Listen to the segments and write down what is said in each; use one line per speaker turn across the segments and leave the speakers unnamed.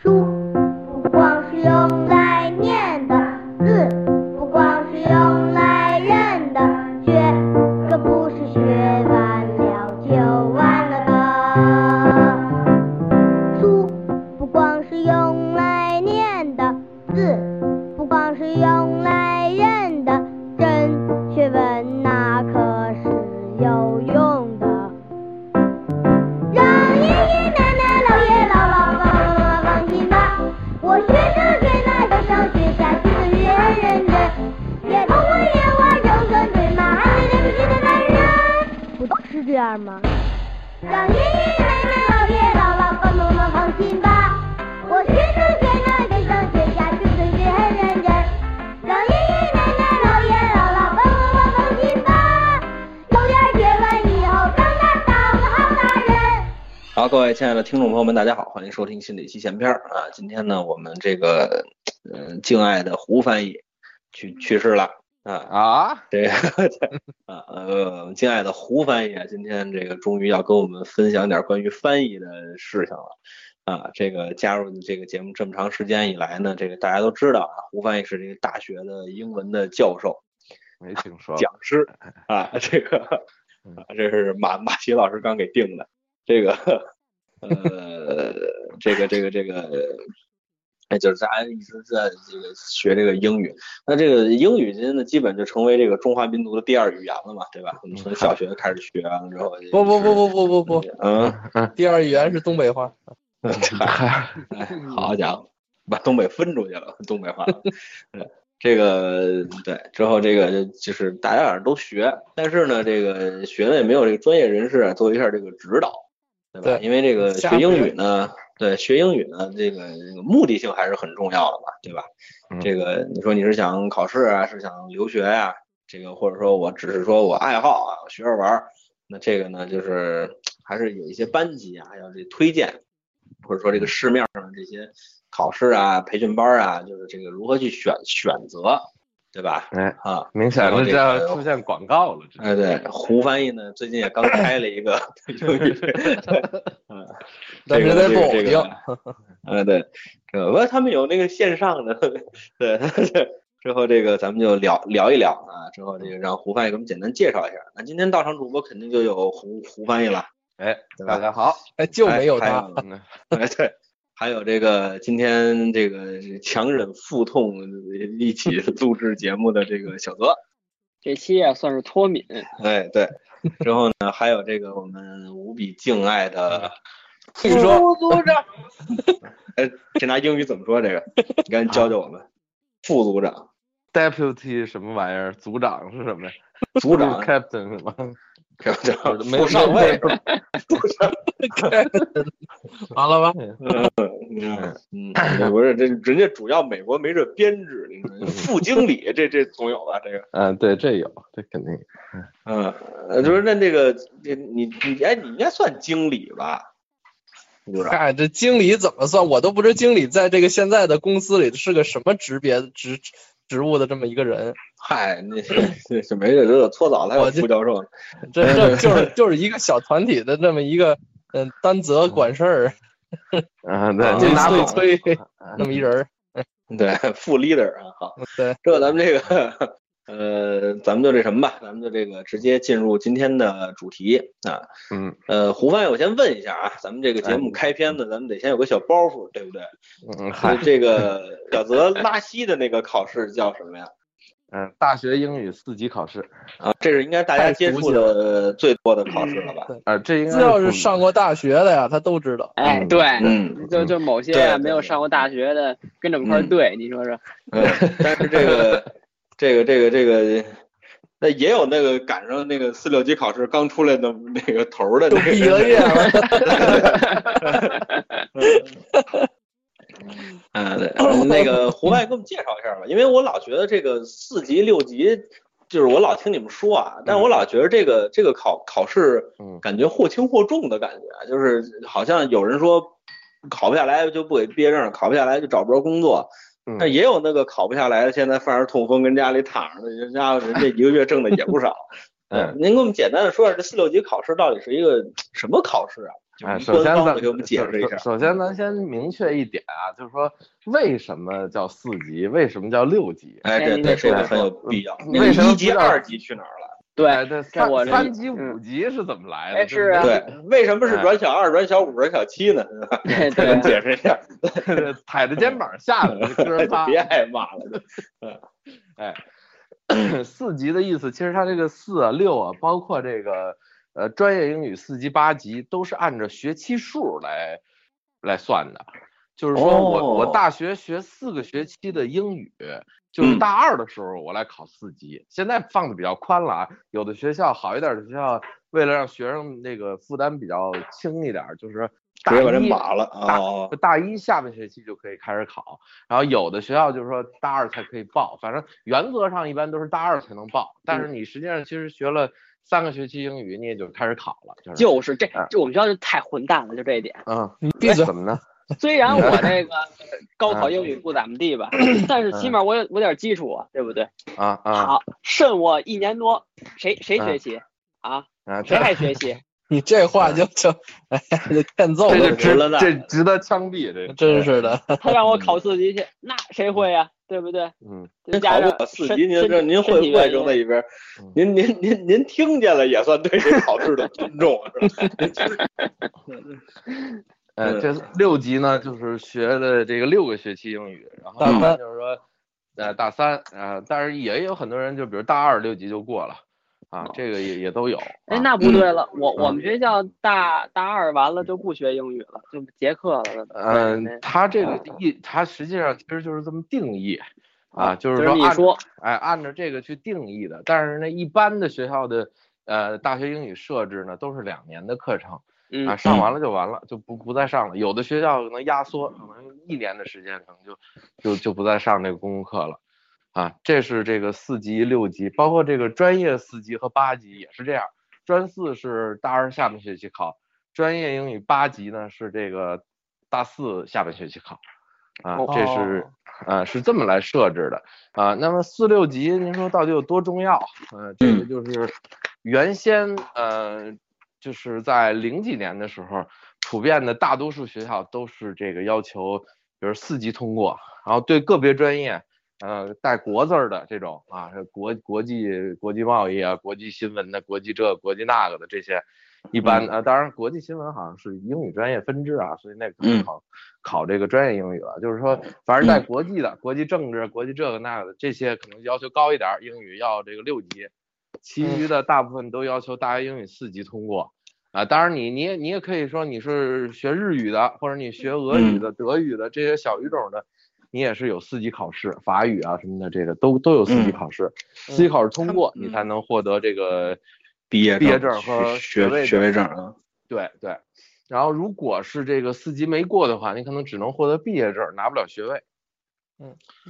书不光是用来念的，字不光是用来认的，学可不是学完了就完了的。书不光是用来念的，字不光是用来认的，真学问那可是有用的。让爷爷奶奶、姥爷姥姥、爸爸妈妈放心吧，我学这学那的上学下学的也很认真，也头昏眼花又酸腿麻，还得对不起的男人。不都是这样吗？让爷爷奶奶、姥爷姥姥、爸爸妈妈放心吧，我学这学那的上学下学的也很认真，让爷爷奶奶、姥爷姥姥、爸爸妈妈放心吧，有点学问以后长大当个好大人。
好，各位亲爱的听众朋友们，大家好，欢迎收听新的一期闲篇儿啊。今天呢，我们这个嗯、呃敬爱的胡翻译去去世了啊，
啊，
这个啊呃，敬爱的胡翻译啊，今天这个终于要跟我们分享点关于翻译的事情了啊。这个加入这个节目这么长时间以来呢，这个大家都知道啊，胡翻译是这个大学的英文的教授，
没听说
讲师啊，这个
嗯
啊，这是马马奇老师刚给定的，这个呃，这个这个这个，哎，就是大家一直在这个学这个英语，那这个英语现在基本就成为这个中华民族的第二语言了嘛，对吧？我们从小学开始学完了之后，
嗯不不不不不不不，
嗯，
第二语言是东北话。
嗨，
哎，
嗯
好家伙，把东北分出去了，东北话。 嗯这个对，之后这个就是大家反正都学，但是呢，这个学的也没有这个专业人士啊做一下这个指导，对吧？
对
因为这个
瞎
学英
学
语呢，对，学英语呢，这个这个目的性还是很重要的嘛，对吧？
嗯
这个你说你是想考试啊，是想留学呀、这个或者说我只是说我爱好啊，我学着玩儿，那这个呢，就是还是有一些班级啊，要这推荐，或者说这个市面上这些考试啊、培训班啊，就是这个如何去选选择，对吧？
哎，
啊，
明显
然后
了，
这
这要
个
出现广告了，这
哎，对，胡翻译呢，最近也刚开了一 个英语，嗯，
但是得
这
否
个这
定
个，呃，对，呃，不，他们有那个线上的， 对，之后这个咱们就聊聊一聊啊，之后这个让胡翻译给我们简单介绍一下。那今天到场主播肯定就有胡胡翻译了，
哎，
对吧
大家好，
哎，就没有
还
他。。
嗯
哎，对，还有这个今天这个强忍腹痛一起录制节目的这个小泽，
这期啊算是脱敏，
哎，对，之后呢还有这个我们无比敬爱
啊
的，
你说
副组长，
哎，这拿英语怎么说这 个？你赶紧教教我们，副组长，
，deputy 什么玩意儿，组长是什么呀？
组长
captain 什么？
副长，
没有
副上尉，
哎完了吧？
嗯，嗯，不是，这人家主要美国没这编制，你 知道吗副经理这这总有吧？这个，
嗯，对，这有，这肯定。
嗯，呃就是那这个，这你你哎，你应该算经理吧？副组长，
看这经理怎么算？我都不知经理在这个现在的公司里是个什么职别职职务的这么一个人。
嗨， 那这这没这这搓澡还有
我这
副教授呢，
这
哎
这就是就是一个小团体的这么一个嗯担责管事儿，
嗯，对，
这
你拿
最
走
催
嗯
那么一人 儿。
对，副 leader 啊，好，
嗯对，
这咱们这个，呃，咱们就这什么吧，咱们就这个直接进入今天的主题啊，
嗯，
呃，胡帆，我先问一下啊，咱们这个节
哎
目开篇呢，咱们得先有个小包袱，对不对？
嗯，嗨，
这个小泽拉稀的那个考试叫什么呀？
嗯，大学英语四级考试，
啊，这是应该大家接触的最多的考试了
嗯
吧？
啊，这应该
只要
是
是上过大学的呀，他都 知道。
哎，
嗯
对，
嗯
就就某些
对
啊
对
没有上过大学的跟着我们一块儿
嗯
对，你说说，
嗯，但是这个这个这个这个，那也有那个赶上那个四六级考试刚出来的那个头儿的
就
那
毕
个
了业 了，
嗯，对，那个胡外给我们介绍一下吧，因为我老觉得这个四级六级，就是我老听你们说啊，但我老觉得这个这个考考试
嗯，
感觉或轻或重的感觉，啊就是好像有人说考不下来就不给毕业证，考不下来就找不着工作，
嗯
但也有那个考不下来的，现在犯着痛风跟家里躺着的，人家伙人家一个月挣的也不少。
嗯，
您给我们简单的说一下这四六级考试到底是一个什么考试啊？就
哎，
您
首先
官方
咱
的给我们解释一下。
首首先咱先明确一点啊，就是说为什么叫四级，为什么叫六级？
哎，
先
对
您
对，
再
这个很
一
说
说嗯
有必要。那
为
个
什么
一级、
不叫
二级去哪儿了？
对
哎，这
在
三
我这里
三级、
嗯
五级是怎么来的？
哎是啊
这
对，为什么
嗯
是转小二、转小五、转小七 呢？
对
给我们
对，
解释一下，
对， 踩着肩膀下来的哥
啊
仨
哎别。挨骂了。
四级的意思，其实它这个四啊、六啊，包括这个呃专业英语四级、八级，都是按照学期数来来算的。就是说我、我
哦
大学学四个学期的英语，就是
嗯
大二的时候我来考四级，现在放的比较宽了啊。有的学校好一点的学校，为了让学生那个负担比较轻一点，就是大
直接把人
一
码了
大
哦
就大一下半学期就可以开始考，然后有的学校就是说大二才可以报，反正原则上一般都是大二才能报，但是你实际上其实学了三个学期英语，你也就开始考了，就是
就是这
啊
嗯
这我们学校就太混蛋了，就这一点。
嗯，
你闭嘴
哎，怎么呢？
虽然我这个高考英语不怎么地
啊
吧，但是起
嗯
码我有我点基础啊，对不对？
啊啊
好，剩我一年多，谁谁学习啊？
啊！
谁
这
还学习？
你这话就就哎呀， 就欠揍
这
我都
就
了，
值了
值
呢
这值得枪毙，这
真是的。
他让我考四级去，那谁会呀？对不 对？
嗯，
再加
考
上
过四
身
级，您
身
这您会
身体
不会
原
扔
因
在一边儿
嗯？
您您您您听见了也算对这考试的尊重，是吧？
呃，
嗯
这六级呢，就是学了这个六个学期英语，然后
大
一般
三
就是说，呃，大三，呃，但是也有很多人就比如大二六级就过了，啊，这个也也都有。
哎，
啊
那不对了，我我
嗯
们学校大大二完了就不学英语了，就结课了。
嗯，他这个意，他实际上其实就是这么定义啊，就
就是是
说
你
按
说
哎按照这个去定义的。但是呢，一般的学校的呃大学英语设置呢都是两年的课程
嗯
啊，上完了就完了，就不不再上了。有的学校可能压缩，可能一年的时间可能就就就不再上这个公共课了。啊，这是这个四级、六级，包括这个专业四级和八级也是这样。专四是大二下半学期考，专业英语八级呢是这个大四下半学期考，啊，这是
哦
啊是这么来设置的啊。那么四六级您说到底有多重要？呃，这个就是原先呃就是在零几年的时候，普遍的大多数学校都是这个要求，比如四级通过，然后对个别专业。呃，带国字儿的这种啊，是国国际国际贸易啊，国际新闻的，国际这国际那个的这些，一般呃，当然国际新闻好像是英语专业分支啊，所以那个可能
嗯
考、考这个专业英语了。就是说，反正带
嗯
国际的、国际政治、国际这个那个的这些，可能要求高一点儿，英语要这个六级，其
嗯
余的大部分都要求大学英语四级通过。啊，当然你你也你也可以说你是学日语的，或者你学俄
嗯
语的、德语的这些小语种的，你也是有四级考试，法语啊什么的，这个都都有四级
嗯
考试，四级考试通过，
嗯
你才能获得这个
毕业
毕业证和
学
学位
学
证
位证啊，
对对，然后如果是这个四级没过的话，你可能只能获得毕业证，拿不了学位。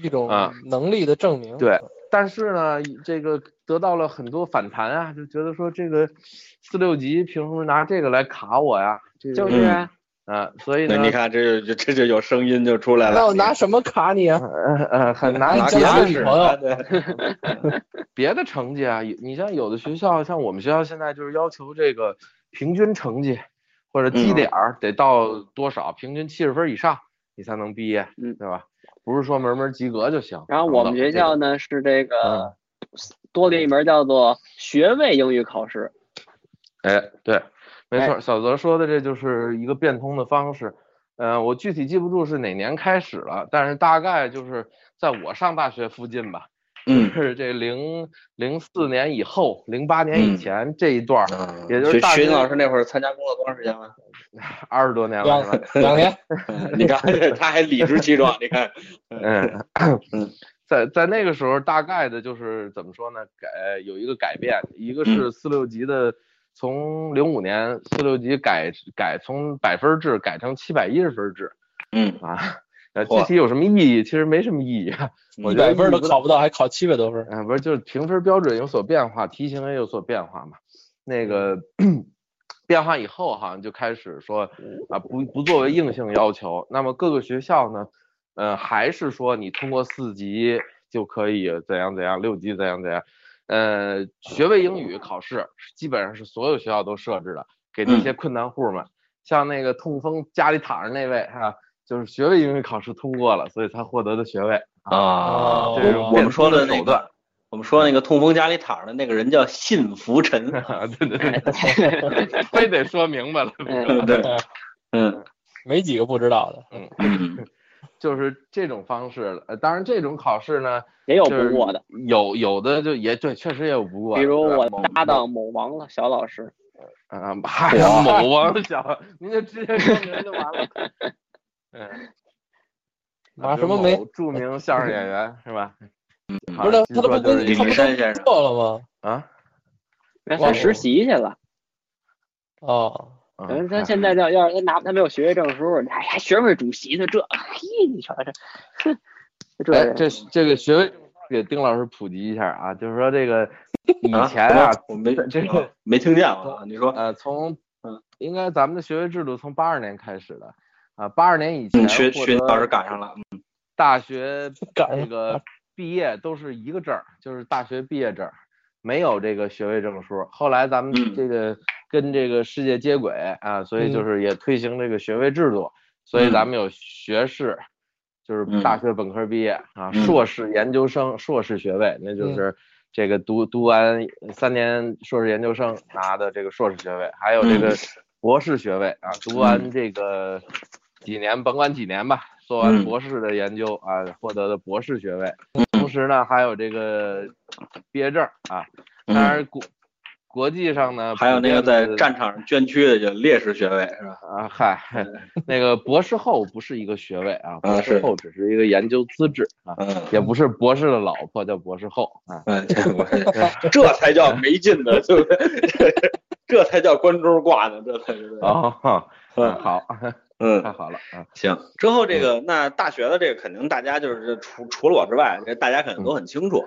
一种
啊
能力的证明。
对，但是呢，这个得到了很多反弹啊，就觉得说这个四六级凭什么拿这个来卡我呀？这个
就是啊
啊，所以
那
呢，
你看这就这就有声音就出来了。
那我拿什么卡你啊？
呃呃，很难
拿
交
拿
男
个
女
试
朋友
啊 对
别的成绩啊，有你像有的学校，像我们学校现在就是要求这个平均成绩或者绩
嗯
点儿得到多少，平均七十分以上你才能毕业，
嗯
对吧？不是说门门及格就行。
然后我
等
们
等
学
这种嗯
校呢是这个多了一门叫做学位英语 考试，
哎，对，没错，小泽说的这就是一个变通的方式。呃，我具体记不住是哪年开始了，但是大概就是在我上大学附近吧，就
嗯，
是这零零四年以后、零八年
嗯
以前这一段儿，
啊
也就是
学
大
学
学
老师那会儿参加工作多长时间了？ 嗯
二十多年了
两
是吧？
两年，
你 看他还理直气壮，你看，
嗯
嗯，
在在那个时候，大概的就是怎么说呢？改有一个改变，一个是四六级的，从零五年四六级改改从百分制改成七百一十分制
嗯，
啊。呃，具
嚯
体有什么意义？其实没什么意义啊。我
一
觉得
百分
意义
都
不大
考不到，还考七百多分。
啊，不是，就是评分标准有所变化，题型也有所变化嘛。那个 变化以后，好像就开始说啊，不不作为硬性要求。那么各个学校呢，呃，还是说你通过四级就可以怎样怎样，六级怎样怎样。呃，学位英语考试基本上是所有学校都设置的，给那些困难户们，像那个痛风家里躺着那位啊，就是学位英语考试通过了，所以才获得的学位。
啊
哦
这是
我们说的
的
那
手
个
段，
我们说那个痛风家里躺着的那个人叫信福臣，
啊对对对，非得说明白了。
嗯
对， 嗯
没几个不知道的。
嗯
就是这种方式，呃，当然这种考试呢，
也有
就是
不过的，
有有的就也对，确实也有不过的。
比如
对吧
我
某
搭档某王了小老师，
啊，嗨，某王小，您就直接说名就完了。嗯，
拿
啊
什么梅？
某著名相声演员是吧？嗯
不是他他都不跟
就是
李
你
一
他
林
不
山先生，
错了吗？
啊，
人
哦
家实习去了，
哦，
人
嗯
他现在要要是他拿他没有学位证书，哎呀，学委主席呢这，嘿，你瞧这，哼，这
哎，
人
这这个学位给丁老师普及一下啊，就是说这个以前
啊
啊，
我没
这个
没听见啊，你说
呃，从
嗯
应该咱们的学位制度从八二年开始的啊，八二年以前
嗯，学
获
学
得嗯
老师赶上了，
大学
赶
这
上
个毕业都是一个证儿，就是大学毕业证儿，没有这个学位证书。后来咱
嗯
们这个跟这个世界接轨啊，所以就
嗯
是也推行这个学位制度，所以
嗯
咱们有学士，就是大学本科毕业啊，
嗯
硕士研究生、硕士学位，那就是这个读读完三年硕士研究生拿的这个硕士学位，还有这
嗯
个博士学位啊，读完这个几年，甭管几年吧，
嗯
做完博士的研究啊，获得的博士学位，同时呢还有这个毕业证啊，
嗯，
当然国国际上呢，
还有那个
普
在
遍是
战场上捐躯的叫烈士学位是吧？
啊，嗨，那个博士后不是一个学位啊，博
嗯是
士后只是一个研究资质啊，
嗯。
也不是博士的老婆叫博士后啊。
嗯，这我 这才叫没劲呢，对不对？ 这才叫关中挂呢，这才是。
哦，嗯
嗯
好，
嗯
太，好了啊，
行，之后这个那大学的这个肯定大家就是除除了我之外，这大家可能
嗯
都很清楚，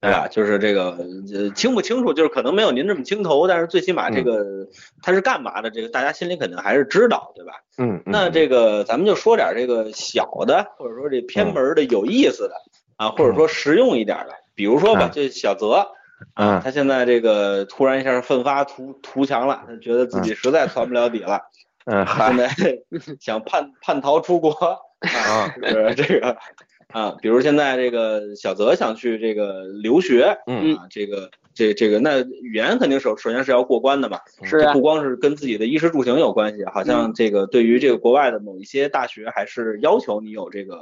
哎
对吧？就是这个呃清不清楚，就是可能没有您这么清头，但是最起码
嗯
这个他是干嘛的，这个大家心里肯定还是知道，对吧？
嗯，嗯
那这个咱们就说点这个小的，或者说这
嗯
偏门的有意思的啊，或者说实用一点的，比如说吧，
嗯
这小泽。
嗯
他现在这个突然一下奋发图图强了，他觉得自己实在攒不了底 了，现
嗯嗨
在 想叛叛逃出国，
啊
就是 这个啊，比如现在这个小泽想去这个留学，
嗯
啊，这个这这个那语言肯定首首先是要过关的嘛，
是
这
啊
不，光是嗯跟自己的衣食住行有关系，好像这个对于这个国外的某一些大学还是要求你有这个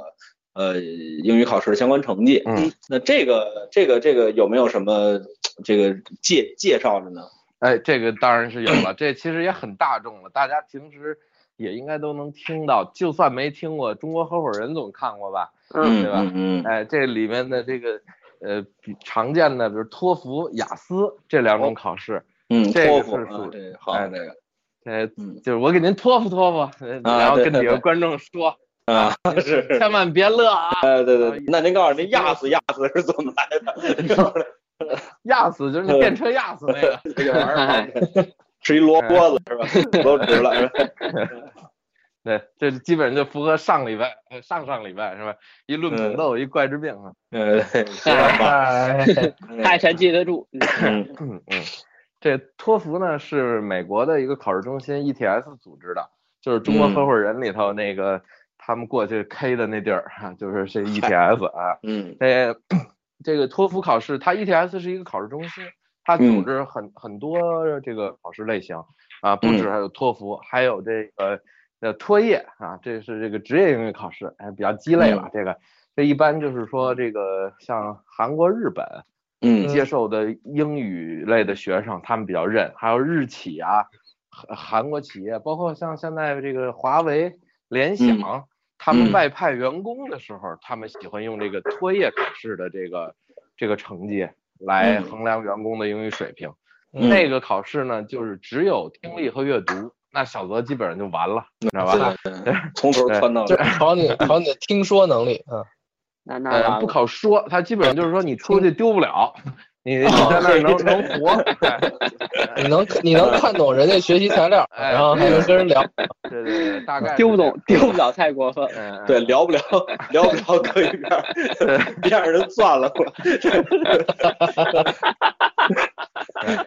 呃英语考试的相关成绩。
嗯，
那这个这个这个有没有什么这个介介绍的呢？
哎，这个当然是有 了，这其实也很大众了，大家平时也应该都能听到，就算没听过，《中国合伙人》总看过吧？
嗯，
对吧
嗯
哎，这里面的这个呃比常见的，比如托福、雅思这两
哦
种考试，
嗯，
这个
托福
是
啊
属，
这个好
哎
这个
呃，
嗯
就是我给您托付托付，呃
啊
然后
对
跟
对
几个
对
观众说，
啊是。是
千万别乐啊，
哎，对对，对那您告诉您压死压死是怎么来的？
压死就是你电车压死那个，
这嗯个玩意儿，是一萝卜子是吧？都直 了是吧？
对，这基本上就符合上礼拜、呃上上礼拜是吧？一论
嗯
品斗，一怪之病啊，
呃，对是吧
哎，
太神记得住，
嗯
嗯嗯，这托福呢是美国的一个考试中心 ETS 组织的，就是中国
嗯
合伙人里头那个、他们过去 K 的那地儿哈，就是这 ETS 啊，
嗯
这这个托福考试，它 ETS 是一个考试中心，它组
嗯
织很、很多这个考试类型啊，
嗯
不止还有托福，还有这个呃托业啊，这是这个职业英语考试，哎，比较鸡肋
嗯
了。这个这一般就是说这个像韩国、日本
嗯
接受的英语类的学生，他们比较认，还有日企啊、韩韩国企业，包括像现在这个华为、联想。他
嗯
们外派员工的时候，他们喜欢用这个托业考试的这个这个成绩来
嗯
衡量员工的英语水平。
嗯
那个考试呢，就是只有听力和阅读，那小泽基本上就完了，你知道吧？
嗯从头窜到
就
尾。
是考你考你的听说能力，嗯，
那那
呃，
完
不
了，
考说，他基本上就是说你出去丢不了， 你
哦
你在那儿能能活。
你能你能看懂人家学习材 料，
哎
然后还能跟人聊，
对对对，大概
丢不
是这
懂
样。
丢不了太过分了，
嗯，嗯
对，聊 不了，聊不 了搁一边儿，别让人算了吧。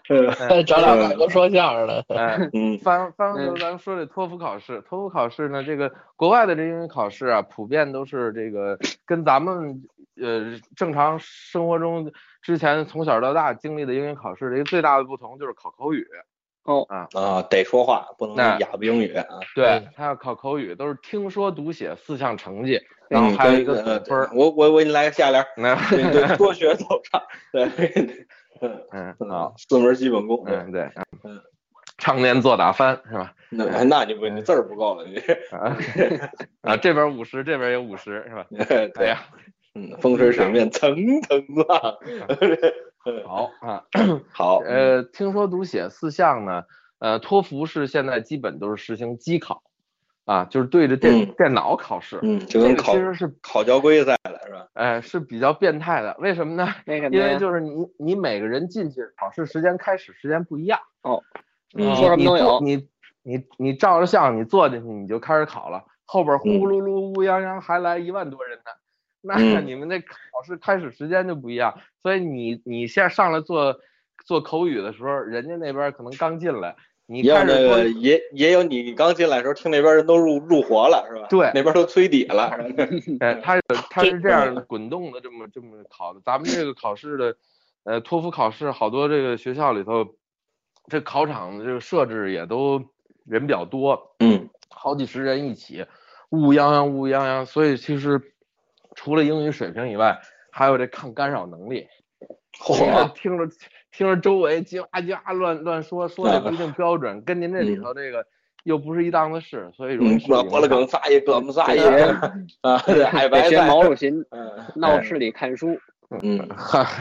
呃
再找俩外国说相声的，
哎，
嗯
翻翻回头
嗯
咱们说这托福考试，托福考试呢，这个国外的这英语考试啊，普遍都是这个跟咱们呃正常生活中之前从小到大经历的英语考试的一个最大的不同就是考口语，
啊，得说话，不能
那
哑巴英语啊。
对
嗯，
他要考口语，都是听说读写四项成绩，然后还有一个
嗯
总分儿
呃，我我我给你来个下联儿，
那
对 对，多学走唱，对，
嗯
嗯
好，，
四门基本功，对，
嗯对，
嗯
常年做打翻是吧？
那那你不
嗯
你字儿不够了，你 这
啊啊，这边五十，这边也五十是吧？哎
对，
呀，
嗯，风水水面层层浪，
好啊。
好，
嗯
嗯
呃，听说读写四项呢，呃，托福是现在基本都是实行机考，啊，就是对着电、
嗯
电脑考试，
嗯，就
这
跟
个
考
其实是，
考交规赛了是吧？
呃，是比较变态的。为什么呢？
为什么
因为
呀？
就是你你每个人进去考试时间开始时间不一样，
你
嗯
说
啊
什么
你
都
坐
有，
你你你照着相你坐进去你就开始考了，后边呼
嗯
噜噜乌泱泱还来一万多人呢。那
嗯
你们那考试开始时间就不一样，所以你你现在上来做做口语的时候，人家那边可能刚进来，你
也有
开
那
始
个
说
也也有你刚进来的时候，听那边人都入入活了是吧？
对
那边都吹底了，是吧
哎，它是它是这样滚动的，这么这么考的。咱们这个考试的，呃，托福考试好多这个学校里头，这考场的这个设置也都人比较多，
嗯
好几十人一起，乌泱泱乌泱泱，所以其实除了英语水平以外，还有这抗干扰能力。听着
嚯，
听着听着周围叽哇叽哇啊乱乱说，说的不
嗯
一定标准，跟您这里头这个又不是一档子事，所以容易
嗯，
受
我
影
我了
响
梗撒一个，我们撒一
这
个啊，对，矮
得
白
学
菜，
毛主席
嗯
闹
哎
市里看书，
嗯，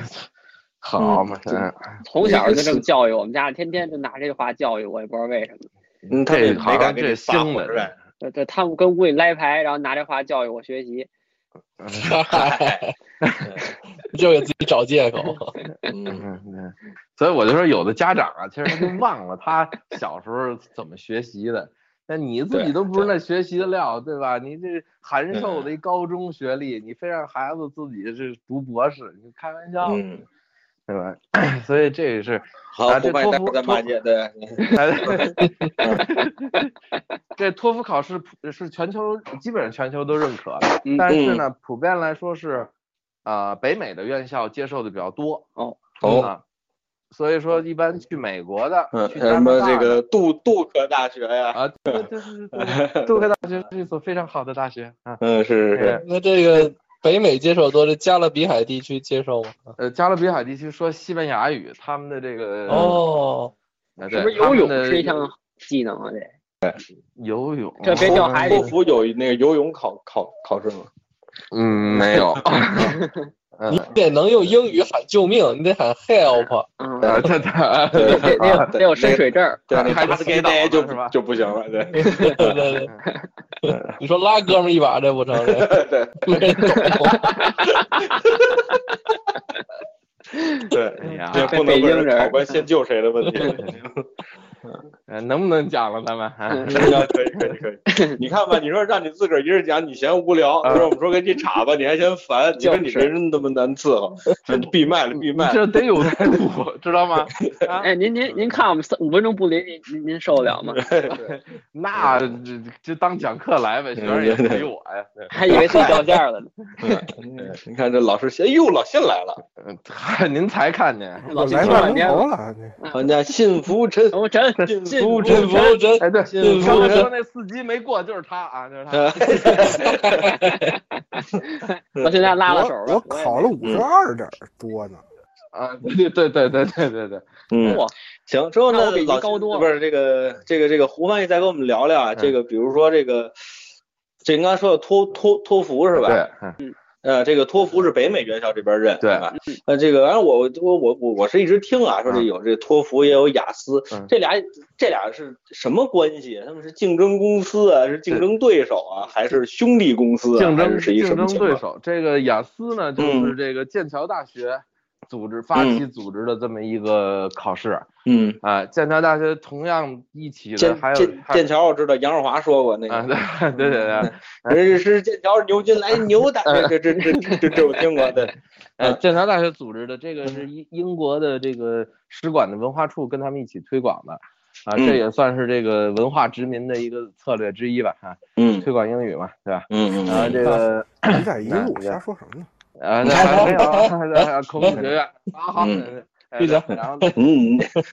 好嘛，
嗯
从小就这么教育我们家，天天就拿这句话教育我，也不知道为什么。
嗯他
这
们
好
没
像
敢给
这
你撒
兴
谎是吧
的，
对对，他们跟屋里拉牌，然后拿这话教育我学习。
嗨
就给自己找借口。
嗯
嗯嗯，所以我就说有的家长啊，其实他 就忘了他小时候怎么学习的。那你自己
对
都不
对
是
嗯
那学习的料，对吧？你这函授的一高中学历，你非让孩子自己是读博士，你开玩笑，
嗯，
对吧？ 所以这也是
好，
啊
不
这
卖
托
待
福
会儿再
托
骂街，对，
这托福考试普呃是全球基本上全球都认可的，
嗯
但是呢，普遍来说是，呃，北美的院校接受的比较多。
哦
哦
啊所以说一般去美国的，
嗯，
去
像
加
什
拿
么
大
这个
的
杜杜克大学呀，
啊，对对对对，杜克大学是一所非常好的大学啊。
嗯， 是是
对
是，
那这个北美接受多，这加勒比海地区接受吗？
呃，加勒比海地区说西班牙语，他们的这个，
哦，
呃
是
对
不是
他
游
们
泳
的
是一项技能啊？这
游泳，
这别叫孩子
托福有那个游泳考考考试吗？
嗯，没有， 嗯
你，得能用英语喊救命，你得喊 help。
嗯，
呃，他他
得得 得有
啊
得有深水证儿。
对， 那
还
打死
是给
给
倒
那
了
就是
吧
就不行了，对
对对对，你说拉哥们一把，这不成？这
对
没人懂。
哎
对，
呀
这不能问人考嗯官先救谁的问 题。
呃能不能讲了咱们？啊
嗯
那可以可以可 以，你看吧，你说让你自个儿一人讲，你嫌无聊；你说我们说给你插吧，你还嫌烦。你说你这人那么难伺 候，闭麦了，闭麦了。
这得有态 度，知道吗？啊，
哎，您您您看我们三五分钟不离，您您您受得了吗？
那这这这当讲课来呗，学生也不理我呀。
还以为自己掉价 了呢。
嗯你看这老师先，哎呦，老信来了，
嗯， 嗨您才看见，
老
来
听
大
半
钟
天
头
了。
了，这
人家信服陈，
我真
信
信
服
真
陈
服真
哎，对，
信
刚
服
才
陈
说。那四级没过就是他啊，就是
嗯
他。
哎
我现在拉拉手吧。
我我考了
嗯
五十二点儿多 呢，
啊，对对对对对对对，
嗯，
哇，
行，之后
那
呢
我比，您
老
高多了
不是这个这个这个胡翻译再跟我们聊聊啊，这个比如说这个，这您刚才说的托托托福是吧？
对，嗯
呃，这个托福是北美院校这边认，
对
吧？呃，这个，然后我我我我我是一直听啊，说这
嗯
有这托福也有雅思，
嗯
这俩这俩是什么关系？他们是竞争公司啊，是竞争对手啊，还是兄弟公司、啊？
竞
还
争
是是一
竞
什么
争
情
对
况？
嗯手，这个雅思呢，就是这个剑桥大学。组织发起组织的这么一个考试
嗯，
啊。剑桥大学同样一起的
剑
还有
剑
还
剑桥我知道杨少华说过那
啊，
个，
对对对对，
人是剑桥牛津来牛的，
啊
这这这 这这这我听过，对，
呃，
嗯
剑桥大学组织的这个是英英国的这个使馆的文化处跟他们一起推广的，啊，
嗯
这也算是这个文化殖民的一个策略之一吧，啊，
嗯
推广英语嘛，对吧？
嗯
然后这个
你在一路瞎说什么呢？
啊，那还没有啊，孔子学院啊，好，
嗯
哎
闭嘴
然后
嗯，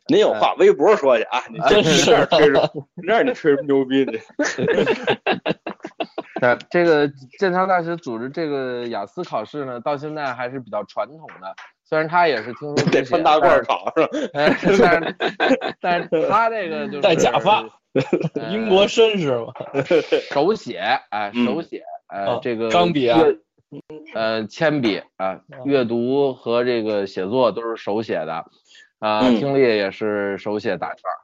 您有话微博说去啊，你
哎
这这儿吹着，这儿你吹什么牛逼呢？
那这个剑桥大学组织这个雅思考试呢，到现在还是比较传统的，虽然它也是听说读
得
写
穿大褂儿考是吧？
但是但是但是它这个就是
戴假发，
呃
英国绅士嘛，
手写，哎，
嗯
手写，呃
啊，
这个
钢笔啊哦
阅，呃，铅笔啊，阅读和这个写作都是手写的，啊，
嗯
听力也是手写打圈儿，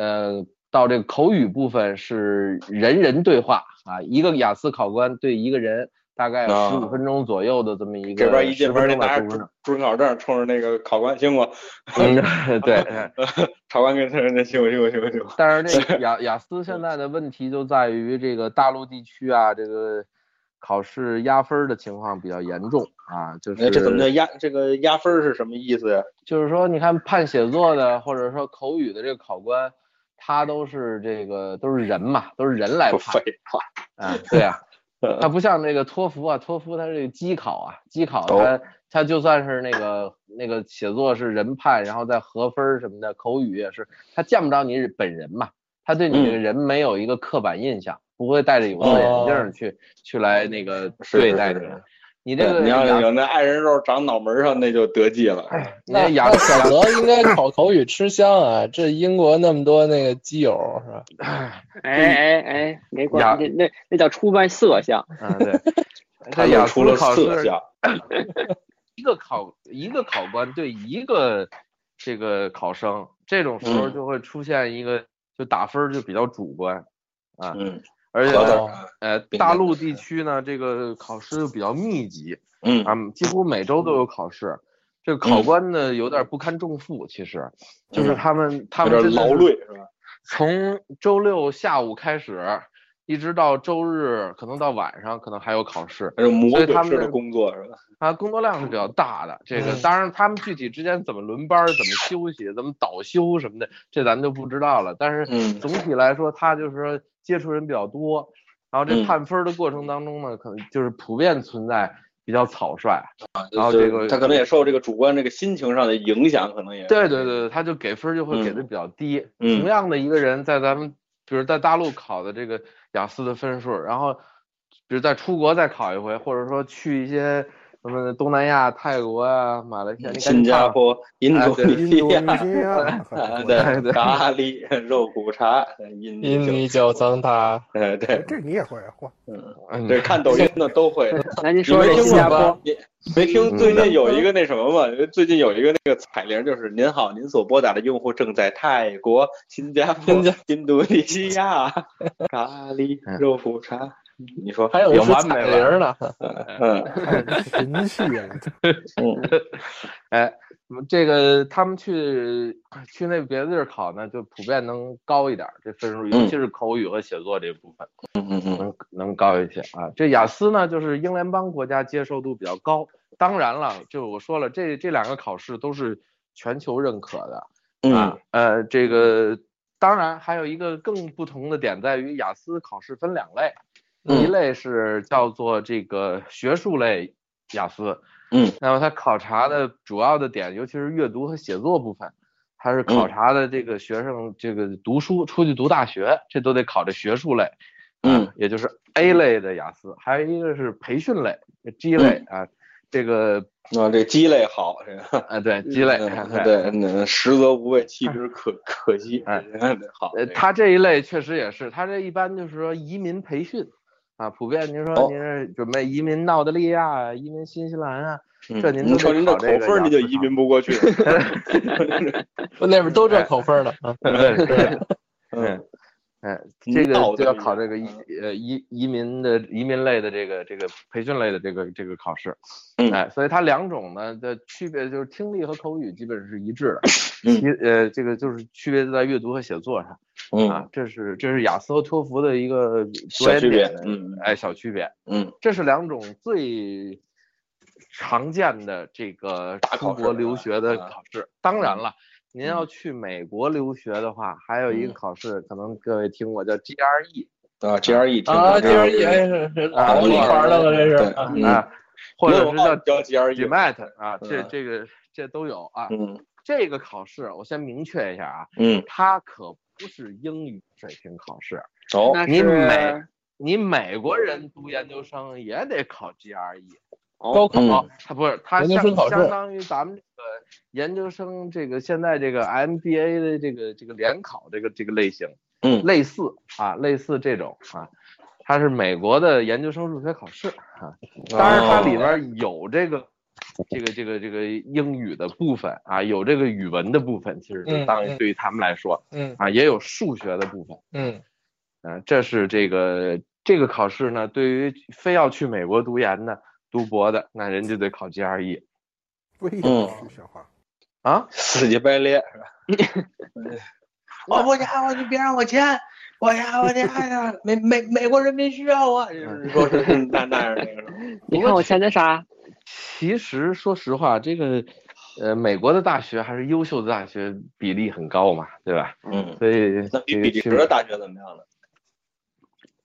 呃，到这个口语部分是人人对话啊，一个雅思考官对一个人大概
啊
十五分钟左右的这么一个，
这边一进门，那
那
拿
大
着准准考证冲着那个考官辛苦，
嗯， 对。
考官跟他说那辛苦辛苦辛苦辛苦。
但是这雅雅思现在的问题就在于这个大陆地区啊，这个考试压分儿的情况比较严重啊， 就是
哎，这怎么叫压？这个压分儿是什么意思呀？
就是说，你看判写作的或者说口语的这个考官，他都是这个都是人嘛，都是人来
不
判
废话，
啊，对啊，
嗯
他不像那个托福啊，托福它是这个机考啊，机考
哦
它它就算是那个那个写作是人判，然后再合分儿什么的，口语也是，他见不着你本人嘛，他对
嗯
你这个人没有一个刻板印象，不会戴着有色眼镜儿去、去来那个
哦是
对待
是
你。
是
你这个
你要
雅
有那爱人肉长脑门上，那就得计了。
你这
那
雅
那小泽应该考口语吃香啊！这英国那么多那个基友是吧？
哎哎哎，没
呀
关系，那那那叫出卖色相。
啊对，
他
这雅
露
思
出了
考试
色相，
一个考一个考官对一个这个考生，这种时候
嗯
就会出现一个、就打分儿就比较主观啊，
嗯，
而且
合
呢
着
哦
呃大陆地区呢这个考试又比较密集
嗯
啊，几乎每周都有考试。这个考官呢有点不堪重负，其实就是他们他
嗯有点
们真的
劳
是
累是吧？
从周六下午开始，一直到周日，可能到晚上，可能还有考试。
还是魔
所以他
鬼
们
式的
的
工作是吧？
啊，工作量是比较大的。这个
嗯
当然，他们具体之间怎么轮班儿、怎么休息、怎么倒休什么的，这咱就不知道了。但是
嗯
总体来说，他就是说接触人比较多，然后
嗯
这判分儿的过程当中呢，可能就是普遍存在比较草率。然后
啊就
这个
他可能也受这个主观这个心情上的影响，可能也
对对对，他就给分儿就会给的
嗯
比较低。
嗯
同样的一个人，在咱们比如在大陆考的这个雅思的分数，然后比如在出国再考一回，或者说去一些什么东南亚、泰国啊、马来西亚，你赶
新
紧
加
看哎吧。
坡、印度
印
尼西
度尼
亚。
西亚，
啊，
我
对
对，咖喱肉骨茶，印
印
尼酒，
尼酒脏他。
哎，对，
这你也会啊嚯？
嗯
对，看抖音的都会。
嗯
那您
你
说
没
这
听
新加
过
坡
吗？你没
嗯
听最近有一个那什么吗？最近有一个那个彩铃，就是您好，您所拨打的用户正在泰国、新加坡
新加、
印度尼西亚、咖喱
嗯
肉骨茶。你说
还有
有
一是
完没
彩
完
铃呢，
嗯
神器啊！
嗯
哎，这个他们去去那别的地儿考呢，就普遍能高一点儿这分数，尤
嗯
其是口语和写作这部分
嗯嗯
能能高一些啊。这雅思呢，就是英联邦国家接受度比较高。当然了，就我说了，这这两个考试都是全球认可的啊
嗯。
呃，这个当然还有一个更不同的点在于，雅思考试分两类，
嗯
一类是叫做这个学术类雅思，
嗯
那么它考察的主要的点，尤其是阅读和写作部分，它是
嗯
考察的这个学生这个读书出去读大学，这都得考这学术类，
嗯
啊，也就是 A 类的雅思，还有一个是培训类 G 类啊，这个
嗯，啊，这鸡肋好，这个
啊 对 G 类，
嗯对，那实则无味，其实可可惜。
哎
嗯，好，这
呃，
个
他这一类确实也是，他这一般就是说移民培训啊，普遍您
哦
说您是准备移民澳大利亚、啊，移民新西兰 啊，
嗯
这您
您
都
瞅
得
您这
考
口
这个
分儿，
雅
你就
思
移
啊
民不过去。
那边都这口分呢。啊
嗯
对对。哎， 这个
闹
就
的
要
这
考
个
这个移呃移移民的移民类的这个这个培训类的这个这个考试，
嗯
哎，所以它两种呢的区别就是听力和口语基本是一致的，
嗯
其呃这个就是区别在阅读和写作上
嗯
啊，这是这是雅思和托福的一个着
小
眼
区别
点的，
嗯
哎小区别，
嗯
这是两种最常见的这个
大
出
考试
国留学的
啊
考试。当然了，您要去美国留学的话，还有一个
嗯
考试，可能各位听过叫 E GRE
啊，GRE 听
啊
说
，G R E，哎，是是
啊
老李玩的了，这是
对
啊
嗯
啊，或者是叫
教 GRE，
GMAT 啊，这
嗯
这个这都有啊。
嗯
这个考试我先明确一下啊，
嗯，
它可不是英语水平考试，
走，
那
您美
是
你美国人读研究生也得考 GRE。
高考
嗯
哦，他不是，他
研究
相
生考试
相当于咱们这个研究生这个现在这个 MBA 的这个这个联考这个这个类型，
嗯
类似啊，类似这种啊，它是美国的研究生入学考试
哦
啊，当然它里
哦
边有这个。这个这个这个英语的部分啊，有这个语文的部分，其实就
嗯
当
嗯
对于他们来说
嗯
啊，也有数学的部分。
嗯
嗯，这是这个这个考试呢，对于非要去美国读研的、读博的，那人就得考 E GRE
为什
嗯
么去学画？
啊。
死乞白咧是吧？ 哦我不家伙，你别让我签，我家伙，这还呀，美美美国人民需要 我，就是说是嗯那那样那个，
你看我签的啥？
其实说实话，这个呃，美国的大学还是优秀的大学比例很高嘛，对吧？
嗯，
所以
那比
这
比
个
利
去
时的大学怎么样呢？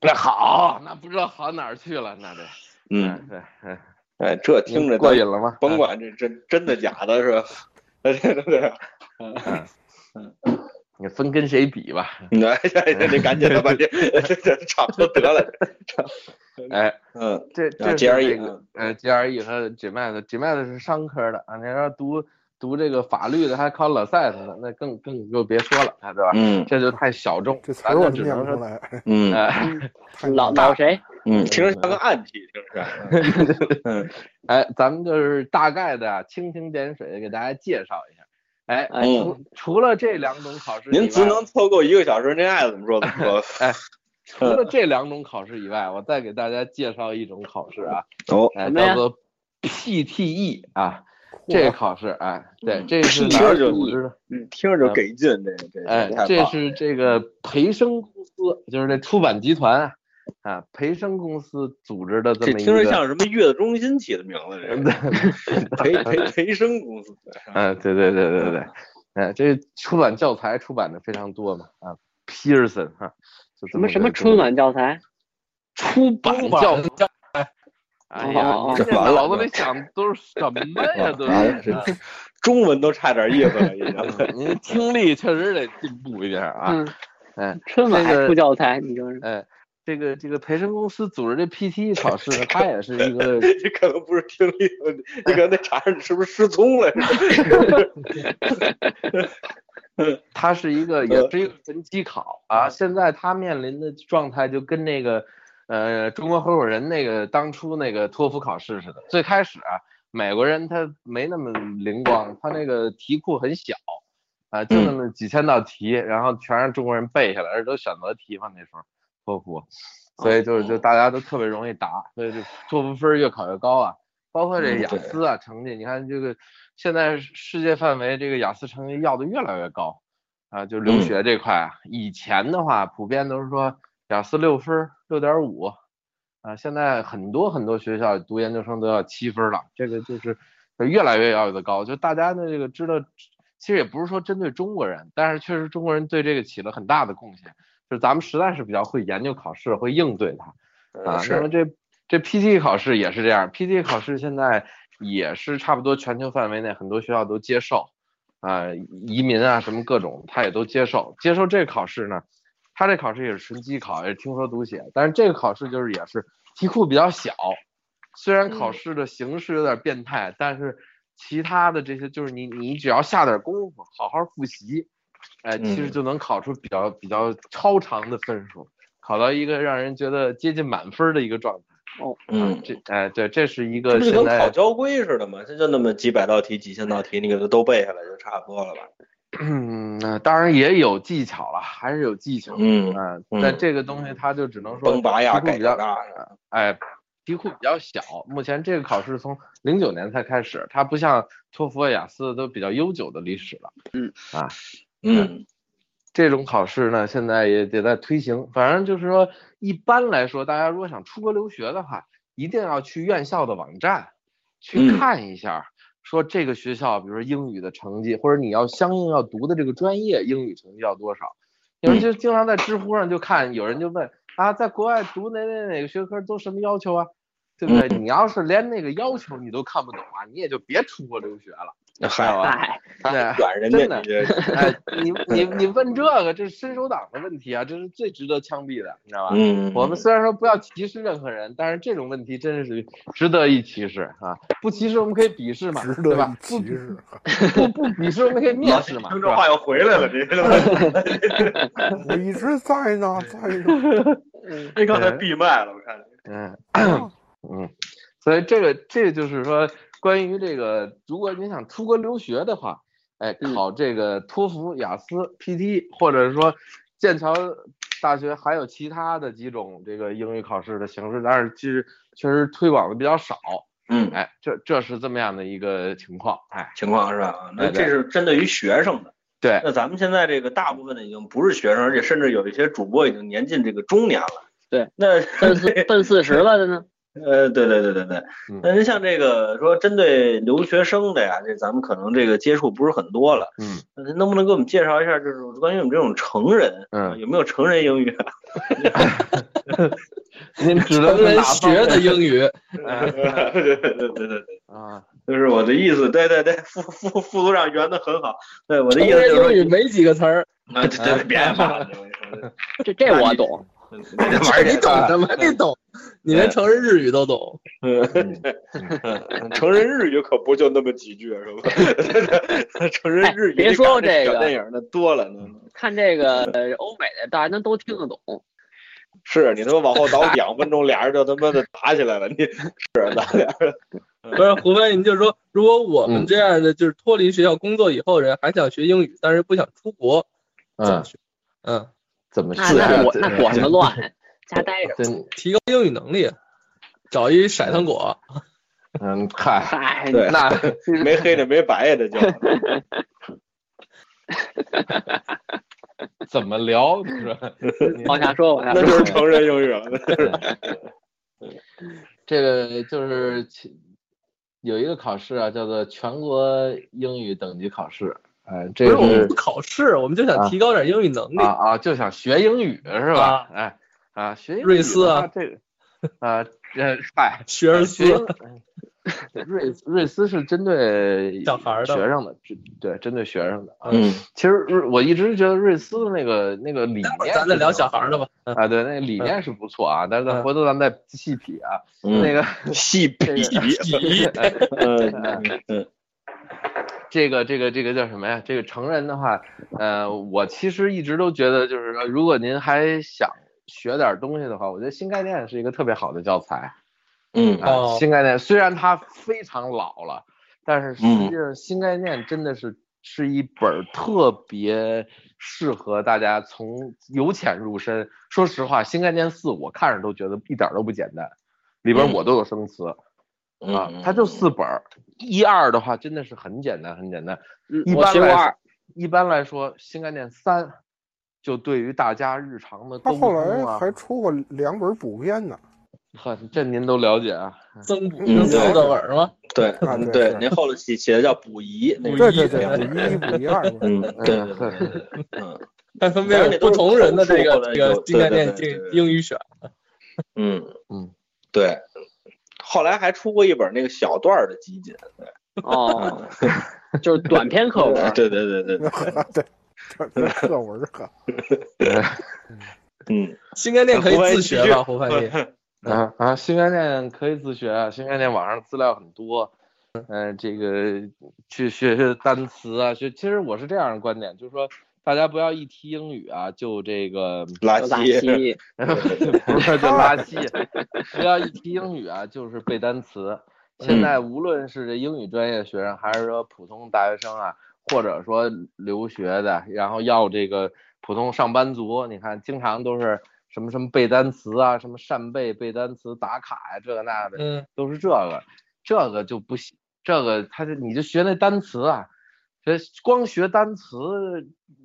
那好，那不知道好哪儿去了，那得
嗯，
对，哎
哎，这听着
您过瘾了吗？
甭管这真真的假的是吧？ 这这这，
嗯 哎你分跟谁比吧？
你来，你赶紧的哎 吧，这这这差不多得了，
哎，
嗯
这
啊
这是
，GRE
这个呃 GRE 和 GMAT，GMAT 是商科的啊，你要读读这个法律的还考老赛的呢，那更更就别说了，啊对吧？
嗯
这就太小众，
这词
咱
儿
就
我都
只
念
能
不出
说
来，
嗯
哎。
太
老
难了
老谁？
嗯，听着像个暗器，听着是，嗯
哎，咱们就是大概的啊，蜻蜓点水地给大家介绍一下。哎，
嗯，
哎
除除了这两种考试以外，
您只能凑够一个小时，您爱怎么说怎 么说。
除了这两种考试以外，我再给大家介绍一种考试啊，
哦，
哎，
什么呀
叫做 PTE 啊，
嚯
这个考试哎，对，这是
嗯
哪儿
PTE
组织的？
嗯，听着就给劲，这这
哎
这太，
这
棒了
是这个培生公司，就是这出版集团啊，啊，培生公司组织的这
这
么一
听着
个，
像什么月子中心起的名字，这是 培培培生公司。
嗯，对对对对对，哎，这出版教材出版的非常多嘛，啊，Pearson 哈、就
什
这
么
个
什么
这
春
个
晚教材？
出版教材。哎呀
哦哦，
你这
这完了
脑子里想的都是什么呀？都
哎
是。啊
这中文都差点意思了，已 经。
您听力确实得进步一点啊！
嗯，
哎
春晚
这个
还出教材，你就是
哎，这个这个培生公司组织这 PT 考试呢，它也是一个
这可能不是听力的问题，你可能得查查你是不是失聪 了。
它是一个
呃
也是一个文机考啊。现在它面临的状态就跟那个呃中国合伙人那个当初那个托福考试似的。最开始啊，美国人他没那么灵光，他那个题库很小啊，就
嗯
那么几千道题，然后全让中国人背下来，而且都选择题嘛那时候托福，所以
哦
就是就大家都特别容易答，所以就托福分儿越考越高啊。包括这
嗯
雅
对
思啊成绩，你看这个现在世界范围这个雅思成绩要的越来越高啊，就留
嗯
学这块啊，以前的话普遍都是说雅思六分六点五啊，现在很多很多学校读研究生都要七分了，这个就是越来越要的高，就大家的这个知道，其实也不是说针对中国人，但是确实中国人对这个起了很大的贡献，就是咱们实在是比较会研究考试，会应对它。啊，那么
是，
这这 PT 考试也是这样，PT 考试现在也是差不多全球范围内很多学校都接受，啊、移民啊什么各种，他也都接受。接受这个考试呢，他这考试也是纯机考，也是听说读写，但是这个考试就是也是题库比较小，虽然考试的形式有点变态，但是其他的这些就是你你只要下点功夫，好好复习，哎、其实
嗯
就能考出比较比较超常的分数。考到一个让人觉得接近满分的一个状态。
嗯，
这哎、对，这是一
这
个
不就
现
跟考
在
交规似的吗？这就那么几百道题、几千道题，你给它都背下来就差不多了吧？
嗯，那当然也有技巧了，还是有技巧。
嗯
啊
嗯
但这个东西它就只能说
崩拔呀，
题库
改啊
比较
大，
哎，题库比较小。目前这个考试从零九年才开始，它不像托福、雅思都比较悠久的历史了。
嗯
这种考试呢，现在也也在推行。反正就是说，一般来说，大家如果想出国留学的话，一定要去院校的网站去
嗯
看一下，说这个学校，比如说英语的成绩，或者你要相应要读的这个专业英语成绩要多少。有人就经常在知乎上就看，有人就问啊，在国外读哪哪哪个学科都什么要求啊？对不对？
嗯
你要是连那个要求你都看不懂啊，你也就别出国留学了，知道
嗨，
吧？
哎，
他
对
软人
真
家
的
你这，
哎，你你你问这个，这是伸手党的问题啊，这是最值得枪毙的，你知道 吧？
嗯，
我们虽然说不要歧视任何人，但是这种问题真是值得一歧视啊！不歧视我们可以鄙视嘛，
值
对
得
吧
一？啊歧视。
不不鄙视我们可以蔑视嘛，
听
是
这
吧？
话又回来了，这 个，
我一直在呢，在 呢。
嗯
这哎刚才闭麦了，我看
嗯
啊
嗯，所以这个这就是说，关于这个，如果你想出国留学的话，哎，
嗯
考这个托福、雅思、PT，或者说剑桥大学还有其他的几种这个英语考试的形式，但是其实确实推广的比较少。
嗯，
哎，这这是这么样的一个情况。哎，
情况是吧？啊那
哎对
这是针对于学生的。
对，
那咱们现在这个大部分的已经不是学生，而且甚至有一些主播已经年近这个中年了。
对，
那
奔四奔四十了的呢，
呃，对对对对对
嗯，
那您像这个说针对留学生的呀，这咱们可能这个接触不是很多了，
嗯
那您能不能给我们介绍一下，就是关于我们这种成人，啊
嗯，
有没有成人英语啊？
您指的
成
是
人
哪方
学
面
的英语，
对对对对对对，
啊？
就是我的意思，对对对，副副副组长圆的很好，对我的
成
意思
人
就是说
英语没几个词儿，
啊，对对，对别骂了，
这这我懂。
你 玩
你懂什么？你懂？你连成人日语都懂，
懂？成人日语可不就那么几句是吧？成人日语，
别说这个
小电影那多了呢。
看这个呃欧美的，大家能都听得懂。
是你他妈往后倒两分钟，俩人就他妈的打起来了。你是咱俩人，
不是胡飞，你就说，如果我们这样的就是脱离学校工作以后人，还想学英语，但是不想出国，怎么
嗯，
学？嗯，
怎么
那
是啊
那我
这
那管个乱，家待着。
真
提高英语能力，找一色糖果，
嗯，嗨，
嗨，
对
那
没黑的没白的就。
怎么聊？你说
往下说，往下
那就
说。
是成人英语了。
这个就是其有一个考试啊，叫做全国英语等级考试。哎，这
不是
个
我们
是
不考试，我们就想提高点英语能力
啊。啊，就想学英语是吧
啊？
哎啊，学英语
瑞思
的
啊
话这个啊这 嗨，
哎学而思
学，哎瑞瑞思是针对
小孩儿的
学生的，只对，针对学生的啊。
嗯
其实瑞我一直觉得瑞思的那个那个理
待会儿
念，
咱再聊小孩儿的吧。嗯
啊，对，那个理念是不错啊，但是咱
嗯
回头咱们再细品啊。那
那
个
细笔，
哎
嗯嗯
这个这个这个叫什么呀？这个成人的话，呃，我其实一直都觉得，就是说，如果您还想学点东西的话，我觉得新概念是一个特别好的教材
嗯
啊。
哦
新概念虽然它非常老了，但是实
嗯
际上新概念真的是是一本儿特别适合大家从由浅入深。说实话，新概念四我看着都觉得一点儿都不简单，里边儿
嗯
我都有生词。啊，它就四本儿，一二的话真的是很简单，很简单。
嗯
一
我
般
学过
来
二
说，一般来说，新概念三就对于大家日常的
他
沟
后
通
来
啊
还，出过两本补编呢。
呵，这您都了解啊。
增补
嗯
跟四的本儿吗？
对
啊对
对
是，
您后头写写的叫补遗，那
对
个遗
对对，
两
补一补一二。
嗯，对对对对对，嗯
但分别有不同人的这个
当然
这
得
个
多
新概
对对
念
对
英
对
英语选。
嗯
嗯，
对。后来还出过一本那个小段儿的集锦，
哦，就是短篇课文。
对对对对，对
对，这是课文啊。
嗯，
新概念可以自学吧，胡翻译。
嗯
啊啊，新概念可以自学啊，新概念网上资料很多，呃，这个去学学单词啊，学。其实我是这样的观点，就是说大家不要一提英语啊，就这个
垃
垃
圾，
圾，
不是就拉 稀，不要一提英语啊，就是嗯背单词。现在无论是这英语专业学生，还是说普通大学生啊，或者说留学的，然后要这个普通上班族，你看经常都是什么什么背单词啊，什么扇贝背单词打卡呀、这个那的，
嗯，
都是这个，这个就不行，这个他就你就学那单词啊，这光学单词，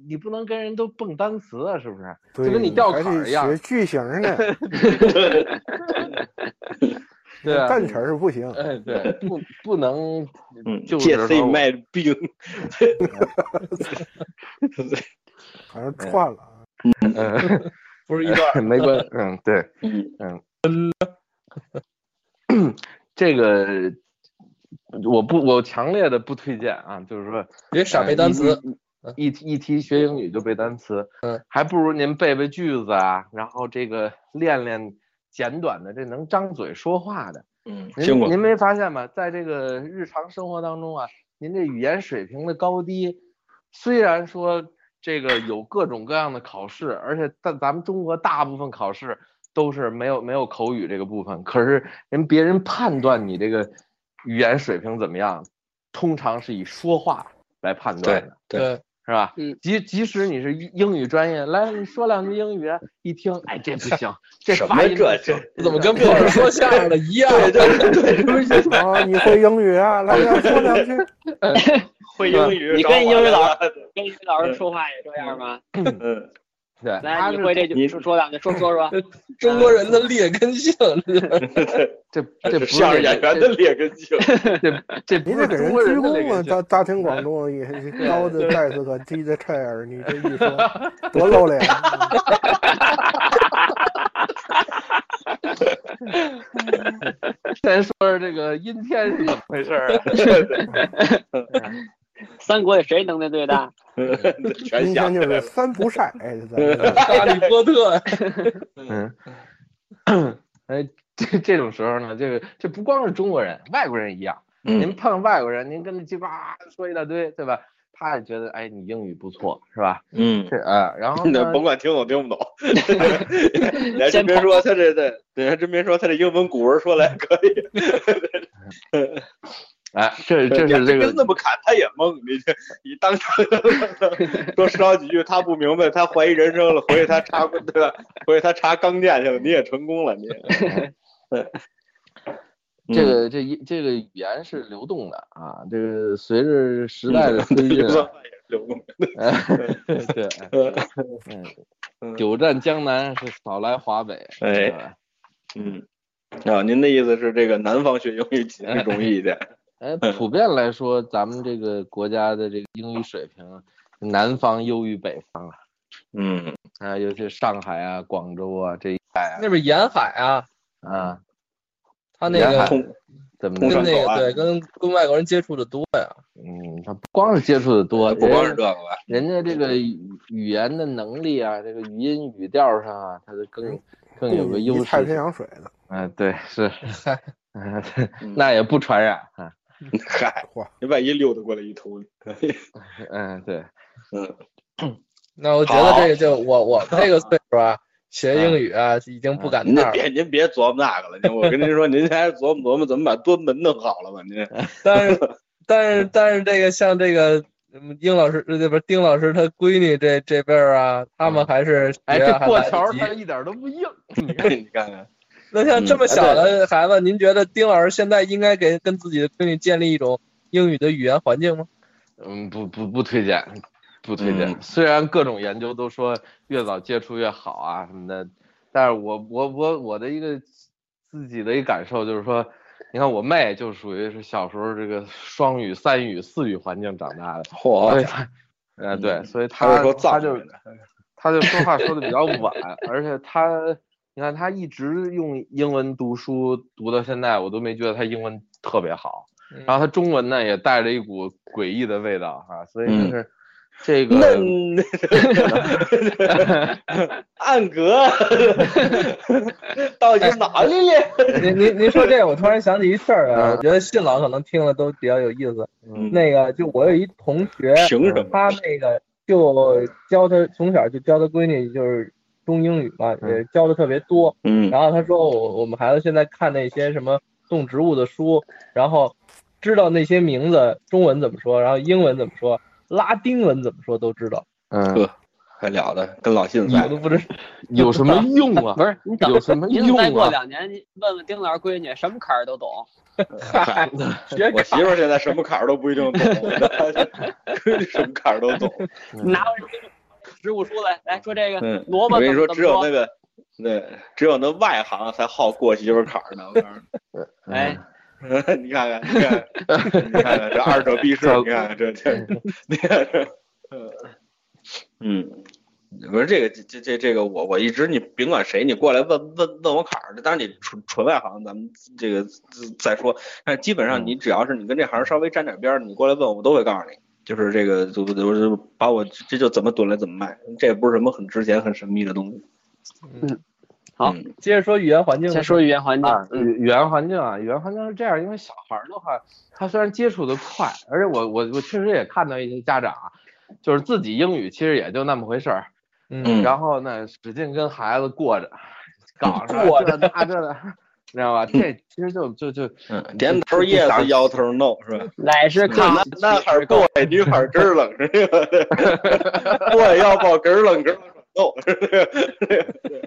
你不能跟人都蹦单词啊，是不是？
对，
跟你吊
还
坎儿
得
一样
学句型 呢，
对啊，
单词儿不行。
哎， 对，不不能
嗯，
就
借
是
C
说
卖病，
反正串了啊。
嗯，，
不是一 段
没 关系，嗯，对，
嗯
这个我不，我强烈的不推荐啊，就是说
别傻背单词。
一一提学英语就背单词，
嗯，
还不如您背背句子啊，然后这个练练简短的这能张嘴说话的。
嗯，
您
听过
您没发现吗？在这个日常生活当中啊，您这语言水平的高低，虽然说这个有各种各样的考试，而且但咱们中国大部分考试都是没有没有口语这个部分，可是人别人判断你这个语言水平怎么样，通常是以说话来判断的。
对，
是吧？
嗯
即即使你是英英语专业，来你说两句英语，一听，哎，这不行，这
什
发
么
音
这
不
这
行，
怎么跟布尔说相声的一样？
啊，你会英语啊？来来，说两句。
会英语，
你
找
跟
我
英语
来
老
了，
跟于老师说话也这样吗？
嗯，
对，
来，
他
你
是
会这句
你
说说两句，说说说。
中国人的劣根性，
这这
这
不
是
是
相声演员的劣根 性，
这这不
你
是
得给人
中
鞠
国人的
躬啊！
这
大大庭广众啊也是刀子带子可低着菜儿，你这一说多露脸啊！
先说说这
啊
个阴天是 怎么回事儿、啊？
三国谁能耐最大？
全
今
想
天
起
就
来
是
了，
三不晒，哎，咱们这
哈利波特，
嗯，哎，这这种时候呢，这个这不光是中国人，外国人一样。您
嗯，
碰外国人，您跟他叽巴说一大堆，对吧？他也觉得，哎，你英语不错，是吧？
嗯
这。啊，然后
那
呢
甭管听懂听不 懂， 你还真别说他这这，你还真别说他这英文古文说来可以，
哎，这 这
你还
是这
真跟那
个，
么砍他也懵，你这你当 场多说几句他不明白，他怀疑人生了，回去他查对吧？回去他查钢剑去了，你也成功 了，你
这个这一这个语言是流动的啊，这个随着时代的推进
也
啊，
算嗯也是流动。
对，哎嗯，久战江南是少来华北，
哎
对吧
嗯，啊，您的意思是这个南方学英语紧容易一 点？
哎，普遍来说，咱们这个国家的这个英语水平，南方优于北方啊，
嗯，
啊，尤其是上海啊、广州啊这一
那边沿海啊，
啊，
他那
沿海
个
通
怎么
通商
跟
着？
那
口
个
岸
对，跟跟外国人接触的多呀。
嗯，他不光是接触的多，
嗯不光是
人
这个吧？
人家这个语语言的能力啊，这个语音语调上啊，他就更更有个优势
太平洋水呢，
啊、对，是， 嗯
嗯
那也不传染啊，
嗨，
嚯，
你万一溜达过来一秃子，
嗯，对，
嗯，
那我觉得这个就我我这个岁数啊，学英语啊已经不赶
您
趟儿了。
别您别琢磨那个了，您我跟您说，您还是琢磨琢磨怎么把蹲门弄好了吧， 您
但是但是但是这个像这个嗯英老师呃这不是丁老师他闺女这这辈儿啊，他们还是
哎，
学
这
啊还
过
来得
桥儿
及
它一点儿都不硬，
你看看，
那像这么小的孩子，您觉得丁老师现在应该给跟自己的闺女建立一种英语的语言环境吗？
嗯，不不不推荐，不推荐。
嗯
虽然各种研究都说越早接触越好啊什么的，但是我我我我的一个自己的一个感受就是说，你看我妹就属于是小时候这个双语、三语、四语环境长大的，所以
嚯，
她，呃对，
哦嗯
所以她
他是说
她
藏
就
语的，
她就说话说的比 较晚，而且她，你看她一直用英文读书，读到现在我都没觉得她英文特别好。然
后
后他中文呢也带着一股诡异的味道哈、所以
嗯
就是这个，
嫩暗格到底哪里了？
您您您说这个，我突然想起一事儿
嗯
啊，我觉得信老可能听了都比较有意思。
嗯
那个就我有一同学，
凭什么
他那个就教他从小就教他闺女就是中英语嘛，
嗯
也教的特别多。
嗯
然后他说我我们孩子现在看那些什么动植物的书，然后知道那些名字中文怎么说，然后英文怎么说，拉丁文怎么说都知道，
嗯，
还了得跟老信
我
在
都不知
有什么用啊？
不是你等
有什么
你等
用
再过
啊？
两年，你问问丁老师闺女，什么坎儿都懂。
道学
我媳妇儿现在什么坎儿都不一定懂，什么坎儿都懂。
嗯
拿过实物书来，来说这个
嗯，
萝卜
我跟你
怎
说
么，怎
只
么
有
说
那个，对，只有那外行才好过媳妇儿坎儿呢。我告诉你
嗯
哎，
你看看，你看看，你看看这二者必是，
糟
你看看这这， 你看这，呃嗯，不是这个这这这个我我一直你甭管谁，你过来问问问我坎儿，当然你纯纯外行，咱们这个再说，但基本上你只要是你跟这行稍微沾点边儿，你过来问我，我都会告诉你。就是这个，就就就把我这就怎么蹲来怎么卖，这也不是什么很值钱、很神秘的东西。
好
嗯
接着说语言环境吧，
先说语言环境
啊，，
嗯，
语言环境啊，语言环境是这样，因为小孩儿的话，他虽然接触的快，而且我我我确实也看到一些家长啊，就是自己英语其实也就那么回事儿，
嗯，
然后呢，使劲跟孩子过 着，搞上
过
这那这的，你知道吧？这其实就就就
嗯，点头 yes，摇头 no，是吧？
来是看啊
那男孩 儿 boy，女孩儿 girl，是这 个 boy 要抱 girl girl 手是这个。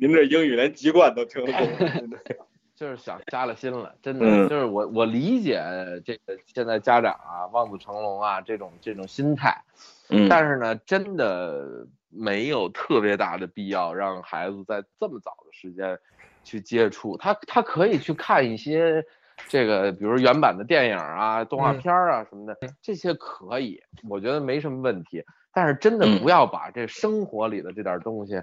您这英语连籍贯都听得懂，
就是想瞎了心了，真
嗯
的就是我我理解这个现在家长啊望子成龙啊这种这种心态，
嗯
但是呢，真的没有特别大的必要让孩子在这么早的时间去接触。他他可以去看一些这个，比如原版的电影啊、动画
嗯
片儿啊什么的，这些可以，我觉得没什么问题。但是真的
嗯
不要把这生活里的这点东西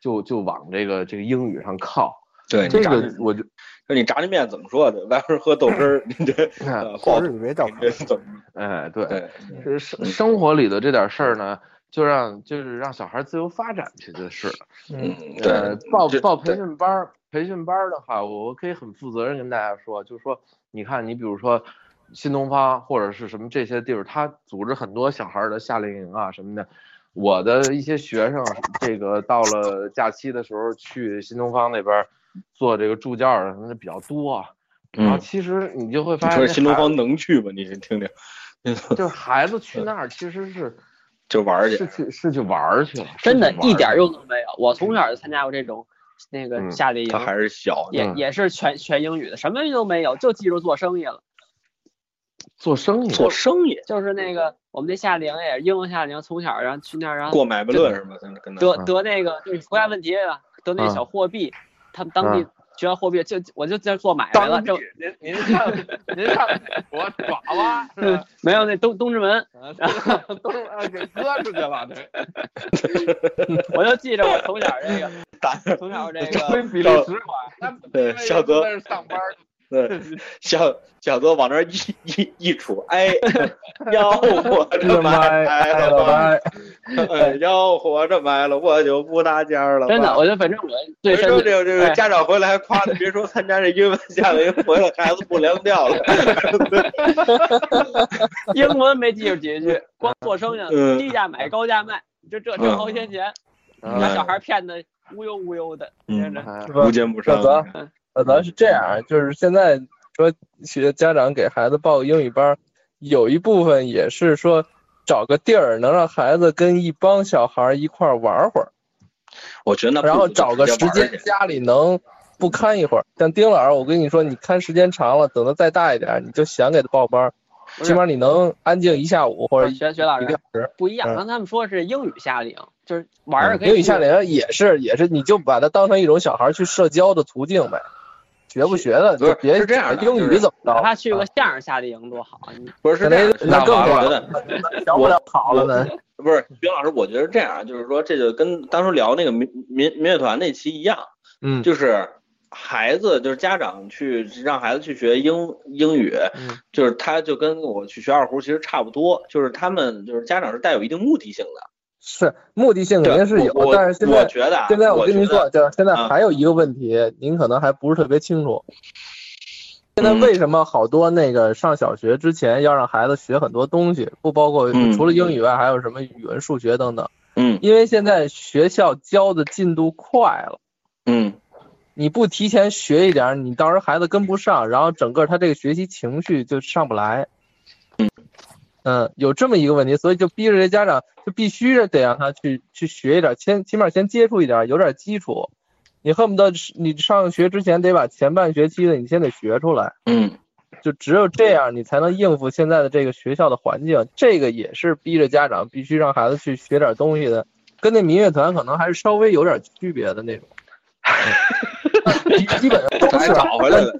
就就往这个这个英语上靠。
对
这
你炸
个我就
那你炸酱面怎么说的？外边喝豆汁儿，你这
哎
呃
或
爆
者你别照
肚
看
这，怎么？
哎对。
对，嗯
这生生活里的这点事儿呢，就让就是让小孩自由发展去就是了。
嗯
嗯，
呃
对，
报
这
报培
对
训班儿，培训班儿的话，我我可以很负责任跟大家说，就是说，你看，你比如说新东方或者是什么这些地方，他组织很多小孩儿的夏令营啊什么的。我的一些学生，这个到了假期的时候去新东方那边儿做这个助教什么的比较多啊，然后
嗯，
其实你就会发
你
现
说
这
新东
孩子，
方能去吗？你听听，
就是孩子去那儿其实是
就玩儿去
是。去是去玩儿去了，是
真的
去玩
一
儿
点儿
去
用都没有。我从小就参加过这种那个
嗯
夏令营
他，还是小呢，
也也是全全英语的，什么都没有，就记住做生意了。
做生意
做生意，
就是那个我们那夏令营也是英文夏令营，从小然后去那儿，然后
过买卖论是吗？跟跟他
得
嗯
得那个就是国家问题啊，得那
嗯
小货币，他们当地
嗯
学完货币就我就在做买卖了，
当
这
地您您看您看美国爪 哇是吧？
没有那东东直门，
都是啊 给割出去了，这
我就记着我从小这个
打
从小这
归
个
比利时管。那
对小泽
在这上班儿，
对，小小泽往那儿一一一杵， 哎，要我这买
嗯拜
了吧，
拜，
哎要我这买了，我就不搭尖儿了吧。
真的，我就反正我最
别
深
说
的
这个这个
哎
家长回来还夸他，别说参加这英文夏令营回来孩子不凉掉 了。
英文没记住几句，光做生意，
嗯
低价买高价卖，就这挣好些钱，
嗯
把小孩骗的乌悠乌悠的，真的。
嗯
是吧
无？奸不嗯商
小。泽呃，咱是这样，就是现在说学家长给孩子报英语班儿，有一部分也是说找个地儿能让孩子跟一帮小孩儿一块儿玩会儿，
我觉得那啊不
然后
如就
找个
直
时
接玩儿
间
去
家里能不看一会儿。像丁老师，我跟你说，你看时间长了，等他再大一点儿，你就想给他报班儿，
不是
起码你能安静一下午或者一
学学老
一个
师
小时。
不一样，
嗯
刚才他们说是英语夏令营，就是玩儿可以
英语夏
去
令营也是也是，你就把它当成一种小孩儿去社交的途径呗。学不学的
不是
就别
是这样的
英
就是
语怎么
哪
着？
怕去个相声夏令营多好啊！你
不是是
可
这样，
能那更
我
好
觉得
聊不了好了 呢。
不是，徐老师，我觉得这样，啊就是说，这就跟当初聊那个民民民乐团那期一样，
嗯
就是孩子，就是家长去让孩子去学英英语，
嗯
就是他就跟我去学二胡其实差不多，就是他们就是家长是带有一定目的性的，
是目的性肯定是
我
有，
我
但是现
我
在
觉得啊，
现在
我
我跟您
觉得
说，，就是现在
啊
还有一个问题，您可能还不是特别清楚。现在为什么好多那个上小学之前要让孩子学很多东西，不包括
嗯
除了英语外，还有什么语文、数学等等？
嗯
因为现在学校教的进度快了。
嗯，
你不提前学一点儿，你到时候孩子跟不上，然后整个他这个学习情绪就上不来。嗯，有这么一个问题，所以就逼着这家长就必须得让他去去学一点，先起码先接触一点，有点基础。你恨不得是你上学之前得把前半学期的你先得学出来，
嗯，
就只有这样你才能应付现在的这个学校的环境。这个也是逼着家长必须让孩子去学点东西的，跟那民乐团可能还是稍微有点区别的那种。基基本上都
这还
是，啊
找回来了，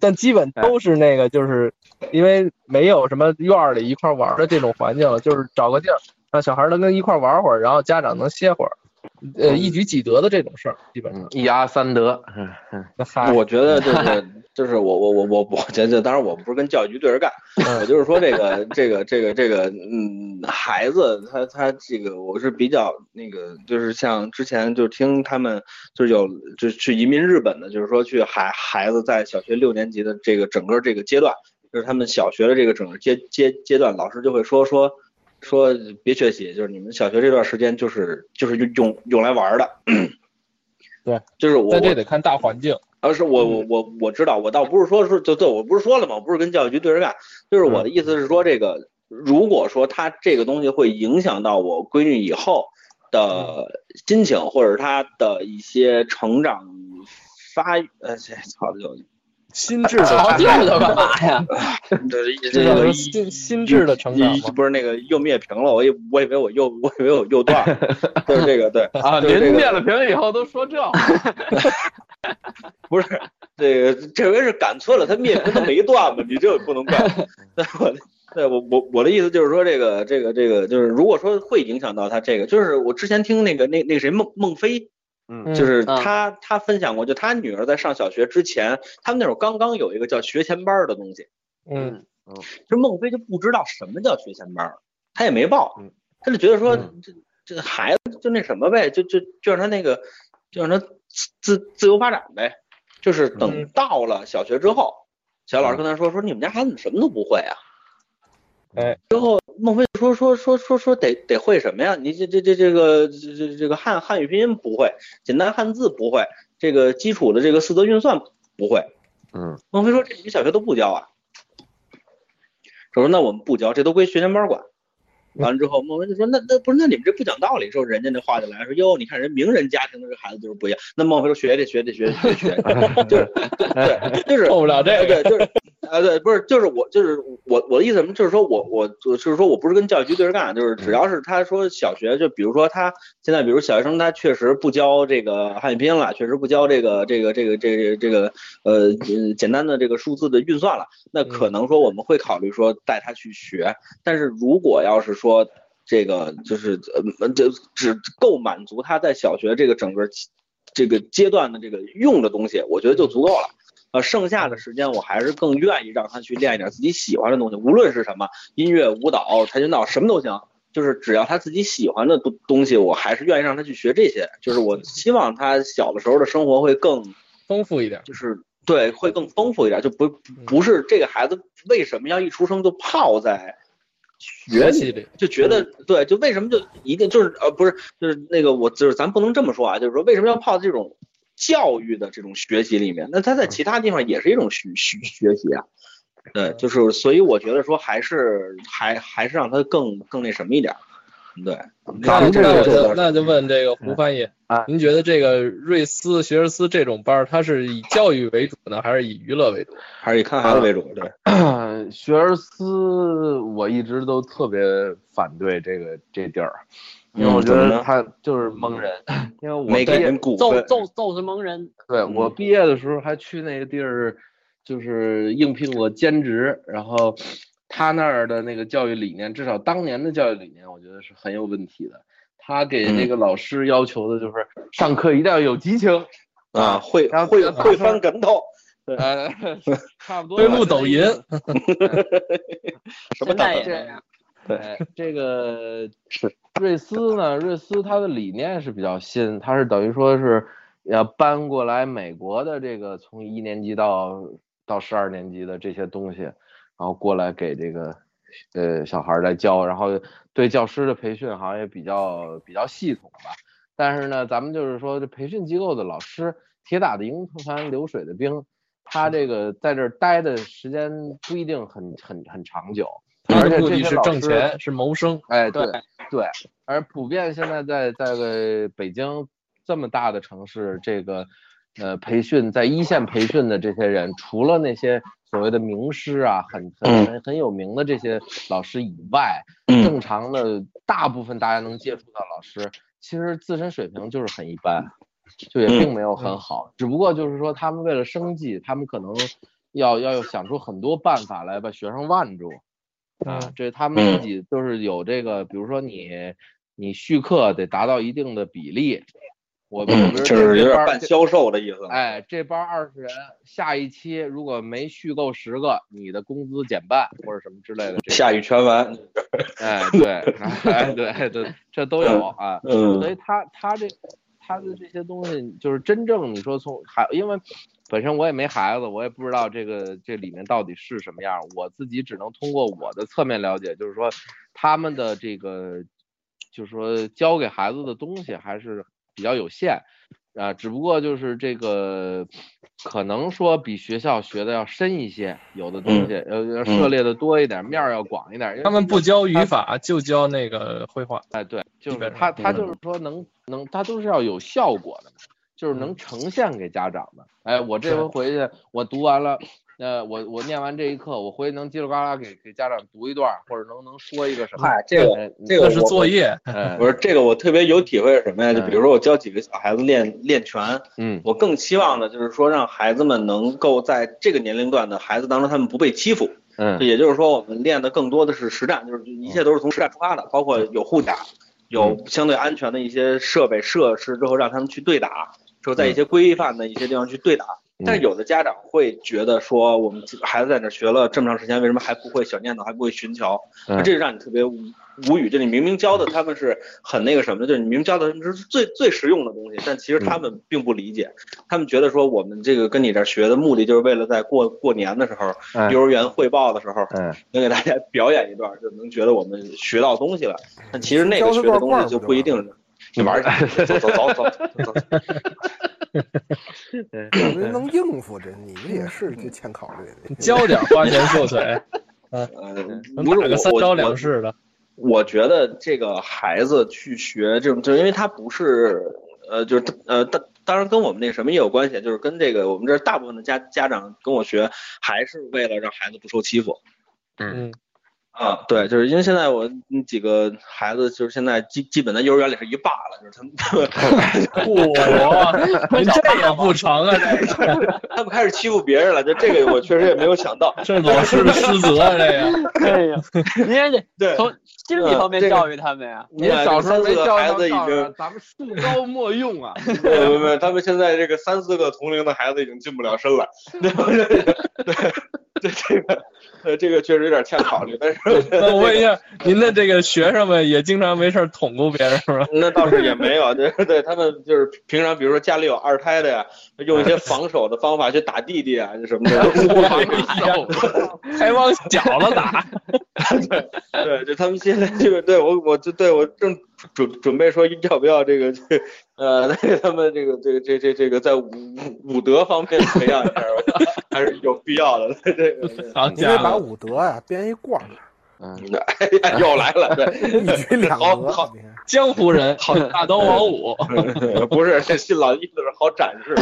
但基本都是那个，就是因为没有什么院儿里一块儿玩儿的这种环境了，就是找个地儿让小孩儿能跟一块儿玩会儿，然后家长能歇会儿，呃，一举几得的这种事儿，基本上
嗯，一鸭三德，嗯
那嗨。
我觉得就是 就是我我我我我觉得，当然我不是跟教育局对着干，
嗯
我就是说这个这个这个这个嗯，孩子他他这个我是比较那个，就是像之前就听他们就是有就去移民日本的，就是说去孩孩子在小学六年级的这个整个这个阶段，就是他们小学的这个整个阶阶阶段，老师就会说说。说别学习，就是你们小学这段时间就是就是用用来玩儿的，
对，
就是我
但
我
这得看大环境，
而是我
嗯
我我我知道，我倒不是说说就就我不是说了吗？我不是跟教育局对着干，就是我的
嗯
意思是说，这个如果说他这个东西会影响到我闺女以后的
嗯
心情，或者她的一些成长发育，呃，这操就
心智的 成
调调
长，
的干嘛呀？
这
这
这
叫什么
个
心心智的成长
一
吗？
不是那个又灭屏了，我以我以为我又我以为我又断 了，就是这个对。
啊，
就是这
您
个
灭了屏以后都说 这话，
不是，这个这回是赶错了，他灭屏他没断嘛，你这不能怪我。但我的对我我我的意思就是说，这个这个这个就是，如果说会影响到他这个，就是我之前听那个那那谁孟孟非，
嗯
就是
嗯
他、他分享过，就他女儿在上小学之前，他们那会儿刚刚有一个叫学前班儿的东西，
嗯，
就孟非就不知道什么叫学前班儿，他也没报
嗯，
他就觉得说
嗯
这这孩子就那什么呗，就就就让他那个就让他自自自由发展呗，就是等
嗯
到了小学之后，小老师跟他说说你们家孩子怎么什么都不会啊，
哎，
之后孟非就说说说说说得得会什么呀？你这这这这个这这这个汉汉语拼音不会，简单汉字不会，这个基础的这个四则运算不会，
嗯，
孟非说：“这你们小学都不教啊。”我说：“那我们不教，这都归学前班管。”完了之后，孟非就说：“那那不是那你们这不讲道理。”说人家那话就来了说：“哟，你看人名人家庭的这孩子就是不一样。”那孟非说：“学这学这学这学这，就是对，就是
受不了这
对，
个，
就是啊，对，不是，就是我，就是我，我的意思什么，就是说我，我就是说我不是跟教育局对着干，就是只要是他说小学，就比如说他现在，比如小学生他确实不教这个汉语拼音了，确实不教这个这个这个这个这个呃简单的这个数字的运算了，那可能说我们会考虑说带他去学，但是如果要是说这个就是呃这只够满足他在小学这个整个这个阶段的这个用的东西，我觉得就足够了。呃，剩下的时间我还是更愿意让他去练一点自己喜欢的东西，无论是什么，音乐、舞蹈、跆拳道，什么都行。就是只要他自己喜欢的东东西，我还是愿意让他去学这些。就是我希望他小的时候的生活会更
丰富一点。
就是对，会更丰富一点，就不
嗯
不是这个孩子为什么要一出生就泡在学
学
里，
习里，
就觉得
嗯
对，就为什么就一定就是呃不是就是那个我就是咱不能这么说啊，就是说为什么要泡这种教育的这种学习里面？那他在其他地方也是一种学学学习啊。对，
嗯
就是所以我觉得说还是还还是让他更更那什么一点，对，
嗯那
咱们这
那
个
我
这
就
个
那就问这个胡翻译
啊，
您觉得这个瑞思、学而思这种班儿，它是以教育为主呢，还是以娱乐为主？
还是以看孩子为主，对，
嗯 学而思，我一直都特别反对这个这地儿，啊因为
嗯
我觉得他就是蒙人， 因为我
没给
毕业
人 鼓
揍
奋，
揍揍是蒙人，
对我
嗯
毕业的时候还去那个地儿，就是应聘过兼职，然后他那儿的那个教育理念，至少当年的教育理念，我觉得是很有问题的。他给
嗯
那个老师要求的就是上课一定要有激情，
啊，会
然后
会
然后
会翻跟头，
呃， 差不多
会
吧。
录抖音，
什么
现
大啊
在
本
也这样。
对，这个是瑞思呢，瑞思它的理念是比较新，它是等于说是要搬过来美国的这个从一年级到到十二年级的这些东西，然后过来给这个呃小孩儿来教，然后对教师的培训好像也比较比较系统吧。但是呢，咱们就是说，这培训机构的老师，铁打的营盘流水的兵，他这个在这儿待的时间不一定很很很长久。他
而
而且这
且目的
些
是
老
挣
师
钱，是谋生。
哎，
对
对对，而普遍现在在在个北京这么大的城市，这个呃培训在一线培训的这些人，除了那些所谓的名师啊，很很很很有名的这些老师以外，
嗯
正常的大部分大家能接触到老师，其实自身水平就是很一般，
嗯
就也并没有很好，只不过就是说他们为了生计，他们可能要要想出很多办法来把学生腕住。啊，这他
嗯
们自己就是有这个，比如说你你续课得达到一定的比例，我我
嗯
比，
就
如这
是有
这
点
班儿
半
这
销售的意思。
哎，这班二十人，下一期如果没续够十个，你的工资减半或者什么之类的，这
下雨全完，
个哎对， 哎对对，这都有啊。所以
嗯
他他这他的这些东西，就是真正你说从孩，因为本身我也没孩子，我也不知道这个这里面到底是什么样，我自己只能通过我的侧面了解，就是说他们的这个，就是说教给孩子的东西还是比较有限。啊，只不过就是这个，可能说比学校学的要深一些，有的东西呃要涉猎的多一点，面儿要广一点。因为
嗯他们不
毕竟
教语法，就教那个绘画。
哎，对，就
基
是
本
他，
上
他
嗯
就是说能能，他都是要有效果的嘛，就是能呈现给家长的。哎，我这
是
回回去，我读完了，呃，我我念完这一课，我回去能叽里呱啦给给家长读一段，或者能能说一个什么。
嗨，这个
哎，
这个
那是
我
作业，
哎
不，是这个我特别有体会是什么呀？就比如说我教几个小孩子练练拳，
嗯，
我更期望的就是说让孩子们能够在这个年龄段的孩子当中，他们不被欺负。
嗯，
也就是说，我们练的更多的是实战，就是一切都是从实战出发的，包括有护甲，有相对安全的一些设备设施之后，让他们去对打，就是在一些规范的一些地方去对打。但是有的家长会觉得说，我们孩子在那学了这么长时间，为什么还不会小念头，还不会寻求？
嗯
这就让你特别无无语。就你明明教的他们是很那个什么的，就是你明明教的他们是最最实用的东西，但其实他们并不理解，他们觉得说我们这个跟你这儿学的目的就是为了在过过年的时候，
哎
幼儿园汇报的时候，
嗯，
能给大家表演一段，就能觉得我们学到东西了。但其 实那个
教
学
他
的
段
东
罐
西
儿
就
不
不一定
就
是。你玩儿去，走走走走走走。
我们能应付这，你们也是就欠考虑。
教点花拳绣腿，
呃，
能
不是
打个
我
三
我
招
我
两式的。
我觉得这个孩子去学这种，就是因为他不是呃，就是呃，当当然跟我们那什么也有关系，就是跟这个我们这儿大部分的家家长跟我学，还是为了让孩子不受欺负。
嗯，
啊，对，就是因为现在我嗯几个孩子，就是现在基基本在幼儿园里是一霸了，就是他们他们
嚯，您这也不成啊，这个
他们开始欺负别人了，就这个我确实也没有想到。
这是老师的失责啊，这个。
哎呀，您也得
对，呃
从心理方面教育他 们呀。
您小时候没教
孩子已
上道啊
经，
咱们树高莫用啊。
没有没有，他们现在这个三四个同龄的孩子已经进不了身了，对对，这个呃这个确实有点欠考虑，但是
那我问一下，您的这个学生们也经常没事儿捅咕别人是 吧？
那倒是也没有，对对，他们就是平常比如说家里有二胎的呀，用一些防守的方法去打弟弟啊，就什么的，都 不
哎
好
还往小了 打，
对，就他们现在这个，对我，我就对我正准准备说要不要这个，这呃，对他们这个这个这这这个在武武武德方面培养一下，还是有必要的。对对对，
好
你得
啊家
把
伙，
武德啊编一罐儿，
哎呀，又来了，
一举两
好好
得。你看，
江湖 人，好大刀王五，
对， 不是新老意思是好展示，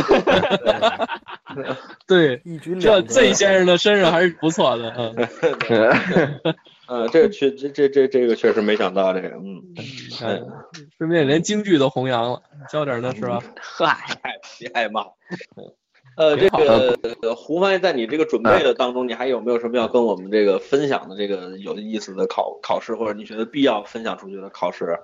对。
一举两
这
得。
Z 先生的身上还是不错的，嗯，
嗯，这个确这这这这个确实没想到这个，嗯，
嗯顺便连京剧都弘扬了，教点那是吧？
嗨，
太皮爱骂。呃，这个呃胡翻译在你这个准备的当中，你还有没有什么要跟我们这个分享的这个有意思的考考试，或者你觉得必要分享出去的考试？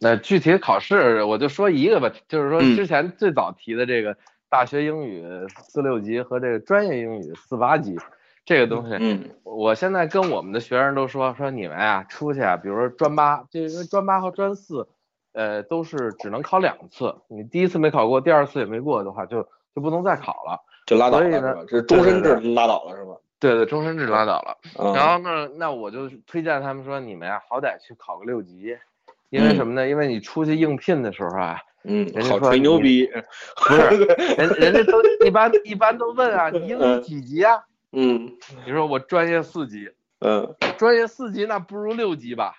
那具体考试我就说一个吧，就是说
嗯
之前最早提的这个大学英语四六级和这个专业英语四八级这个东西，
嗯
我现在跟我们的学生都说说你们啊出去啊，比如说专八，这因为专八和专四，呃，都是只能考两次，你第一次没考过，第二次也没过的话，就就不能再考了。
就拉倒了
所以
是
呢
吧？这是终身制拉倒了是吧？
对对，终身制拉倒了。
嗯
然后呢，那我就推荐他们说，你们呀、好歹去考个六级，因为什么呢？因为你出去应聘的时候啊，人
嗯，
家
好
说
吹牛
你
逼，
不是 人人家嗯都一般一般都问啊，你英语几级啊？
嗯
你说我专业四级，
嗯，
专业四级那不如六级吧，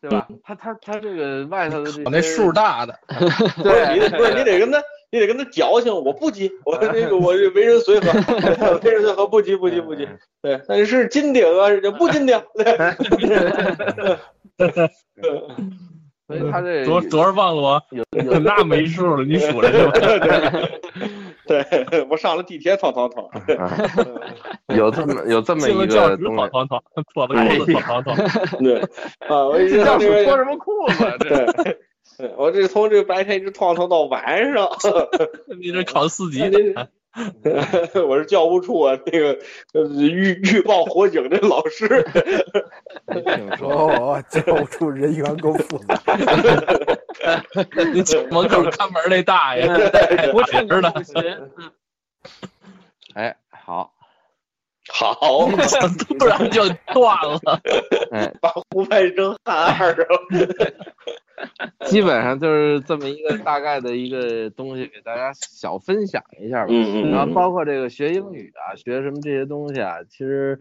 对吧？他他他这个外头的这
嗯我那
些
数大的，
不是
对
你，得不是 你得跟他，你得跟他矫情，我不急，我那个我这为人随和， 为人随和，不急不急不急。
嗯
对，但是金顶啊，是不金顶。
所以他这
昨昨儿忘了我，
有
那没数了，你数来着吧。
对， 对我上了地铁，蹭蹭蹭。
有有这么有 这么
进
一
了教
个
室，
东
跑
西，哎
堂堂，脱了裤子跑堂 堂。
对，啊，我一直
这
到
教
这
室
边
脱什么裤子 啊？这
对，对我这从这白天一直晃腾到晚上，
你这考四级，
我是教务处啊，那个呃预预报火警这老师，
挺说
哦，教务处人员够复杂，
你请门口看门那大
嗯
爷，
嗯
我指着呢。
哎好，
好，
突然就断了，
哎，
湖畔生汉二啊，
基本上就是这么一个大概的一个东西，给大家小分享一下吧。
嗯
然后包括这个学英语啊，学什么这些东西啊，其实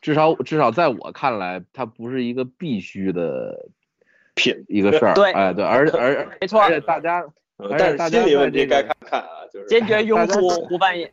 至少至少在我看来，它不是一个必须的
品，
一个事儿。
对
哎对，而而
没错
而且大家
但是心理问题该看看啊，就是
坚决拥护湖畔野。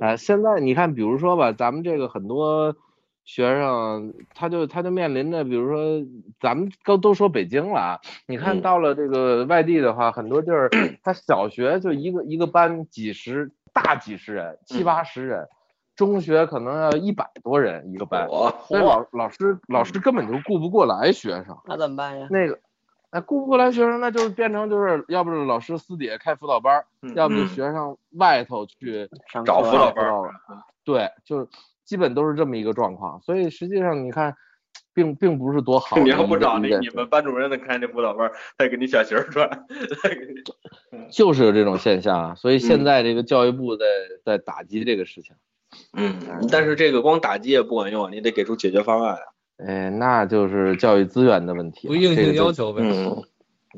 啊、现在你看，比如说吧，咱们这个很多学生，他就他就面临着，比如说咱们都都说北京了啊，你看
嗯
到了这个外地的话，很多地儿他小学就一个一个班几十大几十人，七
嗯
八十人，中学可能要一百多人一个班，
我
所以老老师老师根本就顾不过来学生。
那怎么 办呀？
那个，那顾不过来学生，那就变成就是，要不是老师私底下开辅导班儿，
嗯
要不就学生外头去
上
找
课
辅导
班
班
儿
儿，啊
嗯对，就是基本都是这么一个状况。所以实际上你看，并并不是多好的
嗯
一
你
个。
要不找
一
那
个
你们班主任的开那辅导班，再给你小媳儿转，再给你
就是有这种现象啊。所以现
嗯
在这个教育部在在打击这个事情。
嗯，但是这个光打击也不管用，啊你得给出解决方案。啊
哎，那就是教育资源的问题
不
了，
硬
这个
性
就
要求呗。
嗯，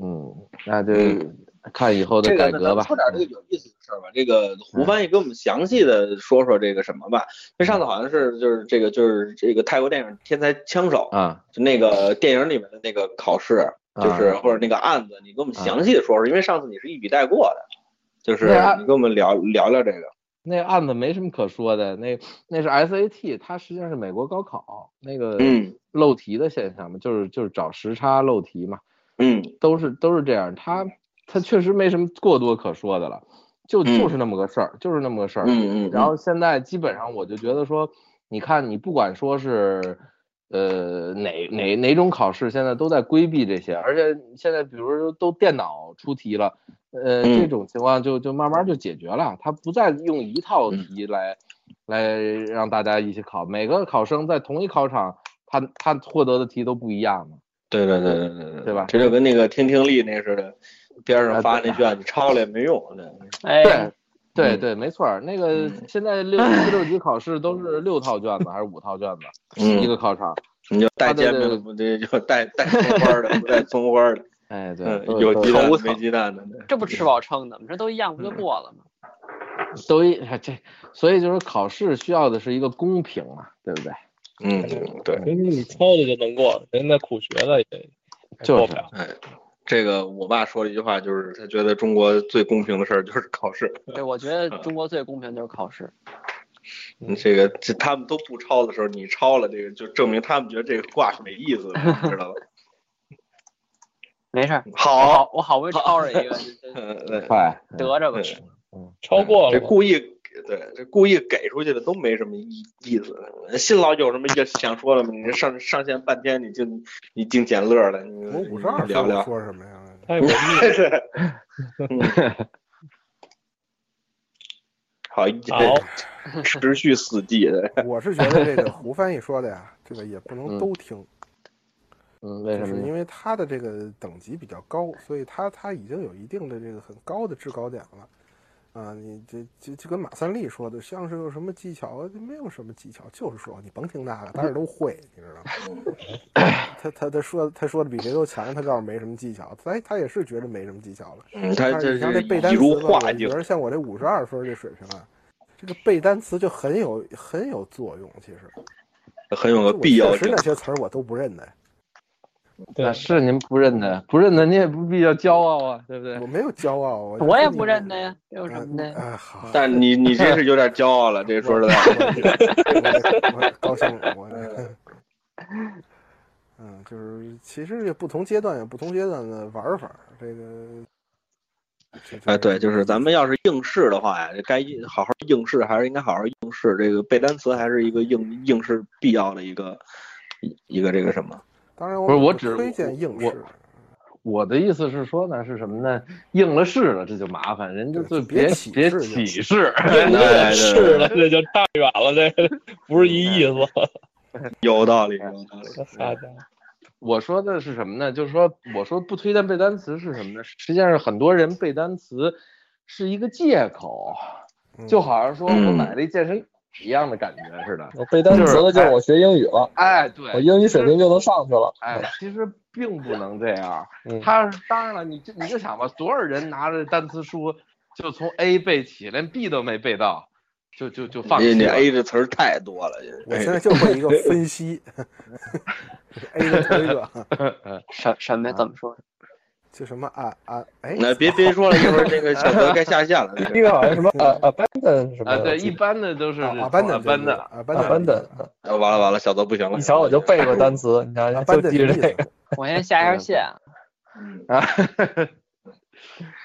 嗯，那就
嗯
看以后的
这
改
个呢
革吧。嗯
咱们说点这个有意思的事儿吧。这个胡翻译给我们详细的说说这个什么吧。因为上次好像是就是这个就是这个泰国电影《天才枪手》
啊，
就那个电影里面的那个考试，
啊
就是或者那个案子，你给我们详细的说说，因为上次你是一笔带过的，就是
对啊
你跟我们聊聊聊这个。
那案子没什么可说的，那那是 SAT，它实际上是美国高考那个
嗯
漏题的现象嘛，就是就是找时差漏题嘛，
嗯
都是都是这样。它它确实没什么过多可说的了，就
嗯
就是那么个事儿，就是那么个事儿。
嗯嗯，
然后现在基本上我就觉得说，你看你不管说是呃哪哪哪种考试，现在都在规避这些，而且现在比如说都电脑出题了，呃、
嗯
这种情况就就慢慢就解决了，它不再用一套
嗯
题来、来让大家一起考，每个考生在同一考场，他他获得的题都不一样嘛。
对对对对对对
对吧
这就跟那个听听力那似的，边
啊
上发那卷子抄了也没用。对
哎，
对
嗯
对，没错儿，那个
嗯
现在六四六级考试都是六套卷子还是五套卷子、
嗯
一个考场？
你就带
啊对
煎
对
饼的不对，就带带葱花的，不带葱花的，
哎，对，
嗯，
都
有
都
鸡蛋
头
没鸡蛋的，
这不吃饱撑的吗？这都一样，
嗯
不就过了吗？
都一哎这，所以就是考试需要的是一个公平嘛，对不对？
嗯，对，
人家你抄的就能过，人家苦学的也
就是
过不了。
哎，这个我爸说了一句话，就是他觉得中国最公平的事儿就是考试，
对，我觉得中国最公平就是考试。
嗯
这个这他们都不抄的时候，你抄了，这个就证明他们觉得这个卦是没意思的，你知道吧？
没事儿，我
好，
好，我好不容易抄着一 个，这这
嗯，对
快，
得着吧
嗯。
超过
这
了，
故意对，这故意给出去的都没什么意意思。新老有什么想说的吗？你上上线半天，你净你净捡乐儿了。你
我五十二
聊
说
聊
我。说什么呀？
太 文明了。
嗯好，
好，
持续四 G 的，
我是觉得这个胡翻译说的呀，这个也不能都听，
嗯，为什
就是
么呢？
因为他的这个等级比较高，所以他他已经有一定的这个很高的制高点了。啊，你这就就跟马三立说的，像是有什么技巧啊？没有什么技巧，就是说你甭听那个，大家都会，你知道吗？ 他他他说他说的比谁都强，他告诉没什么技巧，他他也是觉得没什么技巧了。
嗯，他
但
这
是你像这
是
背
一
单词
如
吧，我
画
觉
境。
得像我这五十二分这水平啊，这个背单词就很有很有作用。其实，
很有个
就我
必要
确实
性
那。些词儿我都不认得，
那是您不认得，不认得你也不必要骄傲啊，对不对
我？没有骄傲，啊我
我也
就
不
是
认得 呀，这有
啊。
什么
嗯
的呀？
哎，好，
但是你你这是有点骄傲了，这说实 在的。
我我我高兴了，我这。 嗯，就是其实也不同阶段有不同阶段的玩法，这个。这
哎，对，就是咱们要是应试的话呀，该应好好应试，还是应该好好应试。这个背单词还是一个应应试必要的一个一一个这个什么。
当然我
不是我
我
只
推荐应
我
试，
我的意思是说呢，是什么呢？应了试了，这就麻烦，人家
对
就
就别
别
起
别
誓就
起
行
誓，
哎，对
是了，这就差远了，这不是一意思。
有道理，有道
哎
理。
好 家伙，
我说的是什么呢？就是说，我说不推荐背单词是什么呢？实际上是很多人背单词是一个借口，
嗯
就好像说我
嗯
买了一健身一样的感觉似的。
我背单词了，就是我学英语了，
哎，对，
我英语水平就能上去了。
哎，其实并不能这样
嗯。
他当然了，你就你就想吧，多少人拿着单词书就从 A 背起，连 B 都没背到，就就就放
你
弃
你
了。
A 这词儿太多了，哎就是
我现在就会一个 分析，A 的推个，
什什么呀怎么说？
就什么啊啊，哎，
那别别说了，一会儿那个小德该下线了。这
第一
个
个好像什么呃 abandon 什么
啊，
的，
对，一般的都是
啊啊班
从
的
班的，
啊班的
abandon，
啊完了完了，小德不 行了。
你瞧我就背过单词，你瞧
啊
就
班的
记着这个。
我先
嗯
下一下线啊，
啊。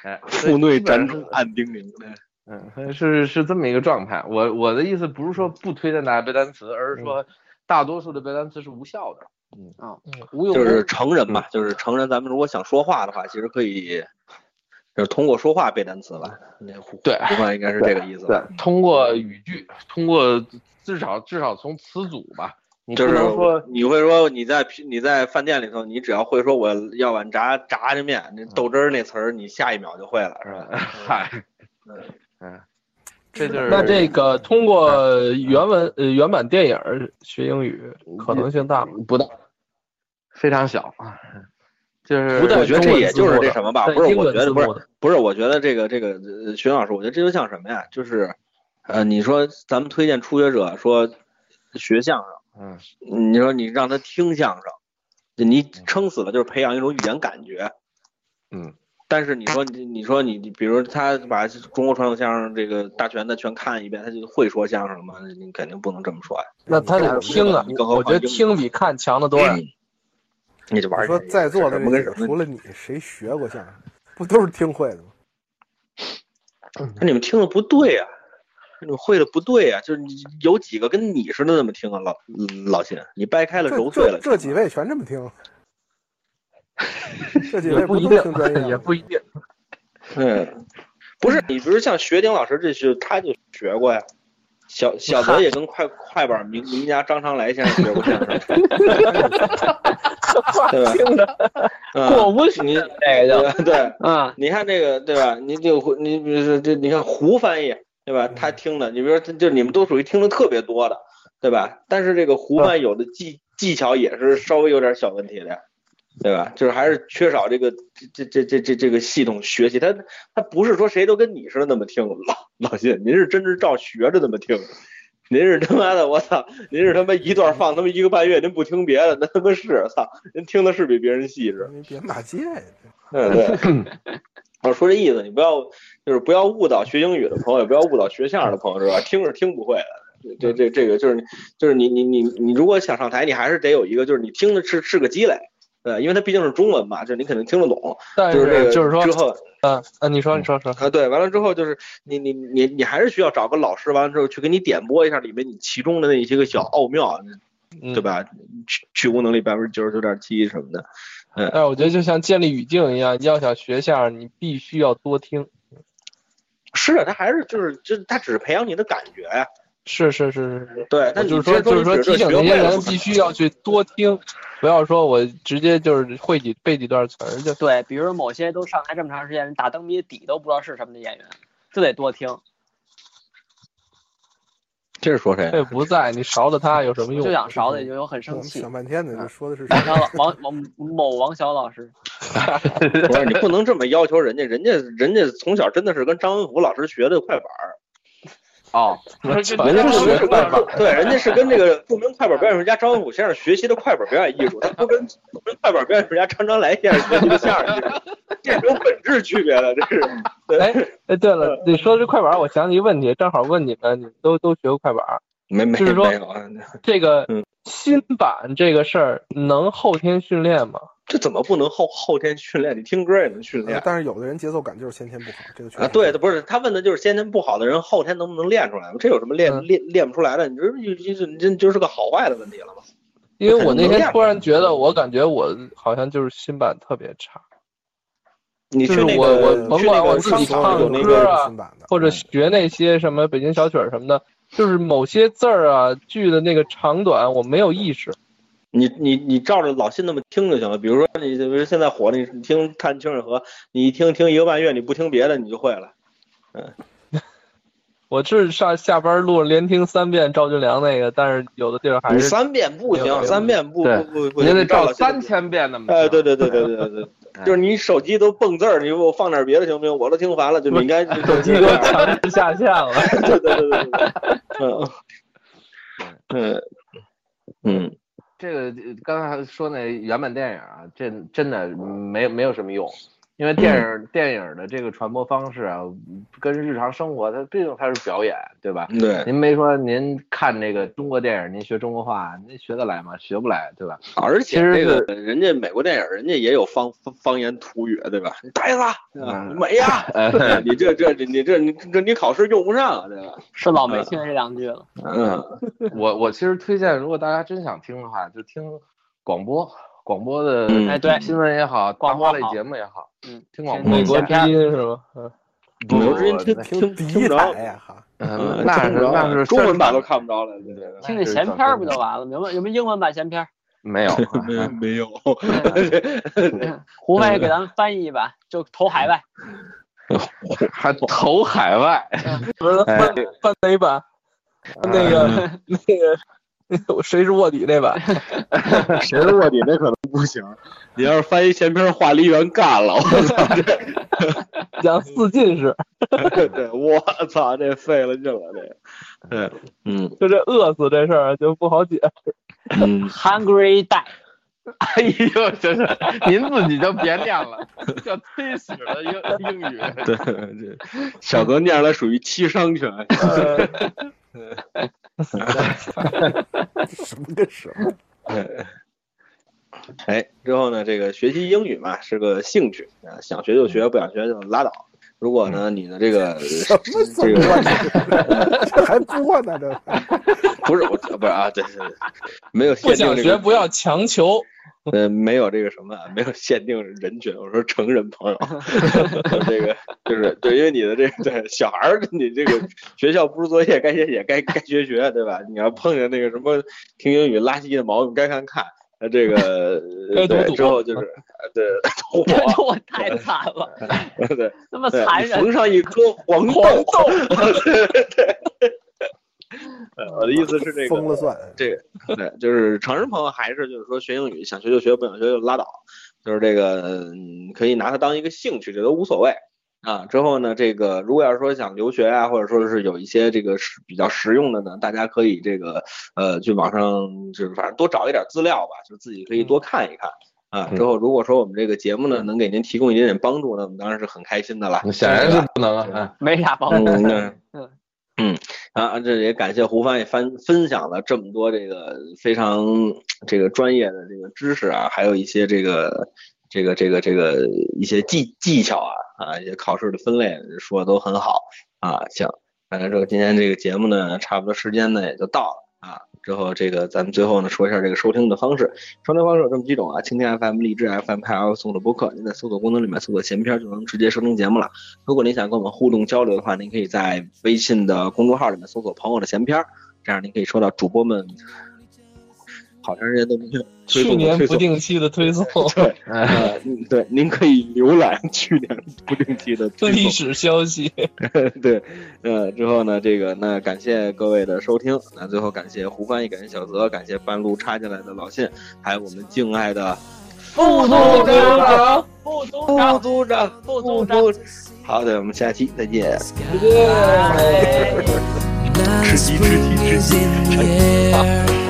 哎，
腹内辗
转
转。暗叮咛。对
嗯，是是这么一个状态。我我的意思不是说不推荐大家背单词，而是说大多数的背单词是无效的，嗯
哦
无用
就
功。
是成人嘛，就是成人，咱们如果想说话的话，其实可以，就是通过说话背单词吧。那胡
对
胡范应该是这个意思
对
吧？，
通过语句，通过至少至少从词组吧，你不
就是
能说
你会说你在你在饭店里头，你只要会说我要碗炸炸酱面，那豆汁儿那词儿，你下一秒就会了，是吧？
嗯嗨，嗯，这就是
那这个通过原文呃原版电影儿学英语可能性大吗？
不大，非常小，就是
不带
我觉得这也就是这什么吧，
带
不是
英
我
文
觉
字
得不
幕
是
的
不是，我觉得这个这个呃徐老师，我觉得这就像什么呀？就是，呃，你说咱们推荐初学者说学相声。
嗯
你说你让他听相声，就你撑死了就是培养一种语言感觉。
嗯，
但是你说你你说你，比如他把中国传统相声这个大全的全看一遍，他就会说相声了吗？你肯定不能这么说呀。
那他得听啊，我我觉得听比看强得多呀。
啊
你就玩
你
儿
说
去
在座
什
的
么跟
这
什
除
么？
了你，谁学过相声？不都是听会的吗？
那你们听的不对呀、你们会的不对呀、就是你有几个跟你似的那么听啊，老老秦，你掰开了
这
揉碎
这
了
这
听
几
啊
位全这么听， 这几
也
位
不一
都
定
听专业，吗
也不一定。
嗯，不是，你比如像学鼎老师，这是他就学过呀。小小泽也跟快快板名名家张长来先生学过相声，对吧？
听着
嗯、
过无耻
你
这个就
对对，
嗯，
你看这个对吧？你就胡你比如说这，你看胡翻译对吧？他听的，你比如说他就你们都属于听的特别多的，对吧？但是这个胡翻译有的技技巧也是稍微有点小问题的，对吧？就是还是缺少这个这这这这这个系统学习，他他不是说谁都跟你似的那么听，老老谢，您是真是照学着那么听。您是他妈的，我操！您是他妈一段放他妈一个半月，您不听别的，那他妈是操！您听的是比别人细致。
你别骂街呀！
嗯，对。 我说这意思，你不要就是不要误导学英语的朋友，也不要误导学相声的朋友， 是吧？听是听不会的，这这这个就是你就是你你你你如果想上台，你还是得有一个就是你听的是是个积累，对，因为它毕竟是中文嘛，就是你肯定听得懂，
但
就是这个
哎就是说
之，后
嗯嗯，你说你说说，
啊，对，完了之后就是你你你你还是需要找个老师，完了之后去给你点拨一下里面你其中的那一些个小奥妙，
嗯
对？吧？去去无能力百分之九十九点七什么的，
哎
但是我觉得就像建立语境一样，你要想学相声，你必须要多听。
是啊的，他还是就是就是他只是培养你的感觉呀。
是是是是是，
对，那
我
你
就是
直
说
接
就是说
你只
提醒
学
那些
会了
人
不可
必须
能
要去多听，不要说我直接就是会几背几段词儿就。
对，比如说某些都上台这么长时间，人打灯谜底都不知道是什么的演员，就得多听。
这是说谁？
啊
这不在，你勺了他有什么用？
啊
就想勺的，就有很
我
生
们
气
想。半天呢，这说的是
王
谁？
小老王王某王小老师，
不是你不能这么要求人家，人家人家从小真的是跟张文虎老师学的快板儿，
哦，
我
这
操
人家
这
是
学
跟
快板，
对，人家是跟这个著名快板表演艺术家张文虎先生学习的快板表演艺术，他不跟著名快板表演艺术家张张来先生学习的相声艺术，这是有本质区别的，这是。
哎 哎，对了，
嗯
你说这快板，我想起一个问题，正好问你们，你们都都学过快板，
没没
就是说
没有啊，
这个
嗯
新版这个事儿能后天训练吗？
这怎么不能后后天训练？你听歌也能训练
呃 但是有的人节奏感就是先天不好，这个确实
啊？对，不是他问的就是先天不好的人后天能不能练出来？这有什么练、
嗯
练练不出来的？你这这这这就是个好坏的问题了嘛？
因为我那天突然觉得，我感觉我好像就是新版特别差，
你去
就是
那
我
个
我
呃
甭
去
管
那个
我自
商
己唱
场有
的
那
歌
个
啊
新版的，
或者学那些什么北京小曲儿什么的，就是某些字儿啊、句的那个长短我没有意识。
你你你照着老信那么听就行了。比如说你，比如现在火的，你你听《看清水河》，你一听听一个半月，你不听别的，你就会了。
我是上下班路连听三遍赵俊良那个，但是有的地儿还
你
是
三遍不
没有没
行，
有
三遍不
对
不不不
您
行，
得
照
照
老信那么
三
啊
千遍那么听。
哎， 对对对对对对对，就是你手机都蹦字儿，你给我放点别的行不行？我都听烦了，就你应 该手机
一
这
个
样。
强制下线了。
对对对对对，嗯嗯嗯，
这个呃刚才说那原版电影啊，这真的没没有什么用，因为电影、电影的这个传播方式啊，跟日常生活它毕竟它是表演，对吧？
嗯对，
您没说您看这个中国电影，您学中国话，您学得来吗？学不来，对吧？
而
其
且
实
这个人家美国电影，人家也有方方方言土语，对吧？你呆子，对吧
嗯
美 呀， 你这这你这你这你考试用不上，啊对吧？
是老没听这两句了。
嗯，
我我其实推荐，如果大家真想听的话，就听广播，广播的
嗯
哎对
新闻也好，广
广播
播类
好
节目也好，
嗯，
听广播
听
美
一
国
下
之音是吗？嗯，
美国之音听
不
听第一
听不着
台呀哈，
嗯
嗯
那
听
是
不着
那是
中文版
宣
都
传
看不着了，对对。
听听闲篇儿不就完了？有没有有没有英文版闲篇儿？
没有，啊
没没 有，
胡飞给咱们翻译一版，就投海外。
还投海外。
不是
哎
办办哪版？
啊
嗯
那个那个 那个谁是卧底那版？
谁的卧底那可能不行。 你要是翻译闲篇，话梨园干了，我操！
讲四进士，
这 对，我操，这费了劲了，这。对，嗯
就这饿死这事儿就 不好解。
嗯，
Hungry die，
哎呦，真是您自己就别念了， 叫推屎了英英语。
对，这小泽念出来属于七伤拳。
呃
什么跟什么？
哎，之后呢，这个学习英语嘛是个兴趣啊，想学就学，不想学就拉倒。如果
嗯
呢，你的这 个
什么怎
这
么
个
这还播呢？ 这
不是我，不是啊，对对对，没有
不
限定
想
这
学
个
不要强求。
呃，没有这个什么，没有限定人群，我说成人 朋友，这个就是对，因为你的这个对小孩儿，你这个学校布置作业该写写，该该学学，对吧？你要碰见那个什么听英语垃圾的毛病，该看看。那这个
该
呃
读
对
读
之后就是呃对 火，
我太惨了，
对，
那么
对
残
你
忍
缝。上一颗黄 豆，
黄
对对对。呃我的意思是这个
疯了算。
这个 对，就是成人朋友还是就是说学英语，想学就学，不想学就拉倒，就是这个嗯可以拿它当一个兴趣，这都无所谓啊。之后呢，这个如果要是说想留学啊，或者说是有一些这个实比较实用的呢，大家可以这个呃去网上就是反正多找一点资料吧，就自己可以多看一看。啊，之后如果说我们这个节目呢能给您提供一点点帮助，那我们当然是很开心的了。
显然是不能啊。
没啥帮助。
嗯，对
嗯
嗯，啊，这也感谢胡帆也分分享了这么多这个非常这个专业的这个知识啊，还有一些这个这个这个这个一些技技巧啊啊，一些考试的分类说的都很好啊。行，那这个今天这个节目呢，差不多时间呢也就到了啊。之后这个咱们最后呢说一下这个收听的方式，收听方式有这么几种啊，蜻蜓 FM、荔枝 FM、还有送的播客，您在搜索功能里面搜索“闲篇”就能直接收听节目了。如果您想跟我们互动交流的话，您可以在微信的公众号里面搜索“朋友的闲篇”，儿”，这样您可以收到主播们好长时间都没有推
去
送的
年
推
不
送。
定期的 推送，
呃，嗯对，您可以浏览去年不定期 的推
历
送。
史消息。
对，呃，之后呢，这个那感谢各位的收听，那最后感谢胡翻译，感谢小泽，感谢半路插进来的老信，还有我们敬爱的
副
组
长，副组
副
长，
组长，
副
副
组长
组长。好的，我们下期再见。
对。
哎
吃鸡吃鸡吃鸡！
我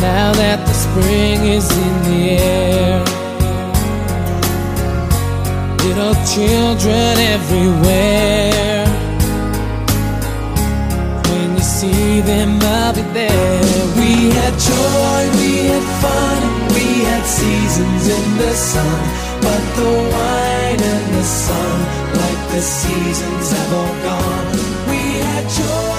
Now that the spring is in the air, little children everywhere. When you see them, I'll be there. We had joy, we had fun, we had seasons in the sun. But the wine and the sun, like the seasons have all gone. We had joy.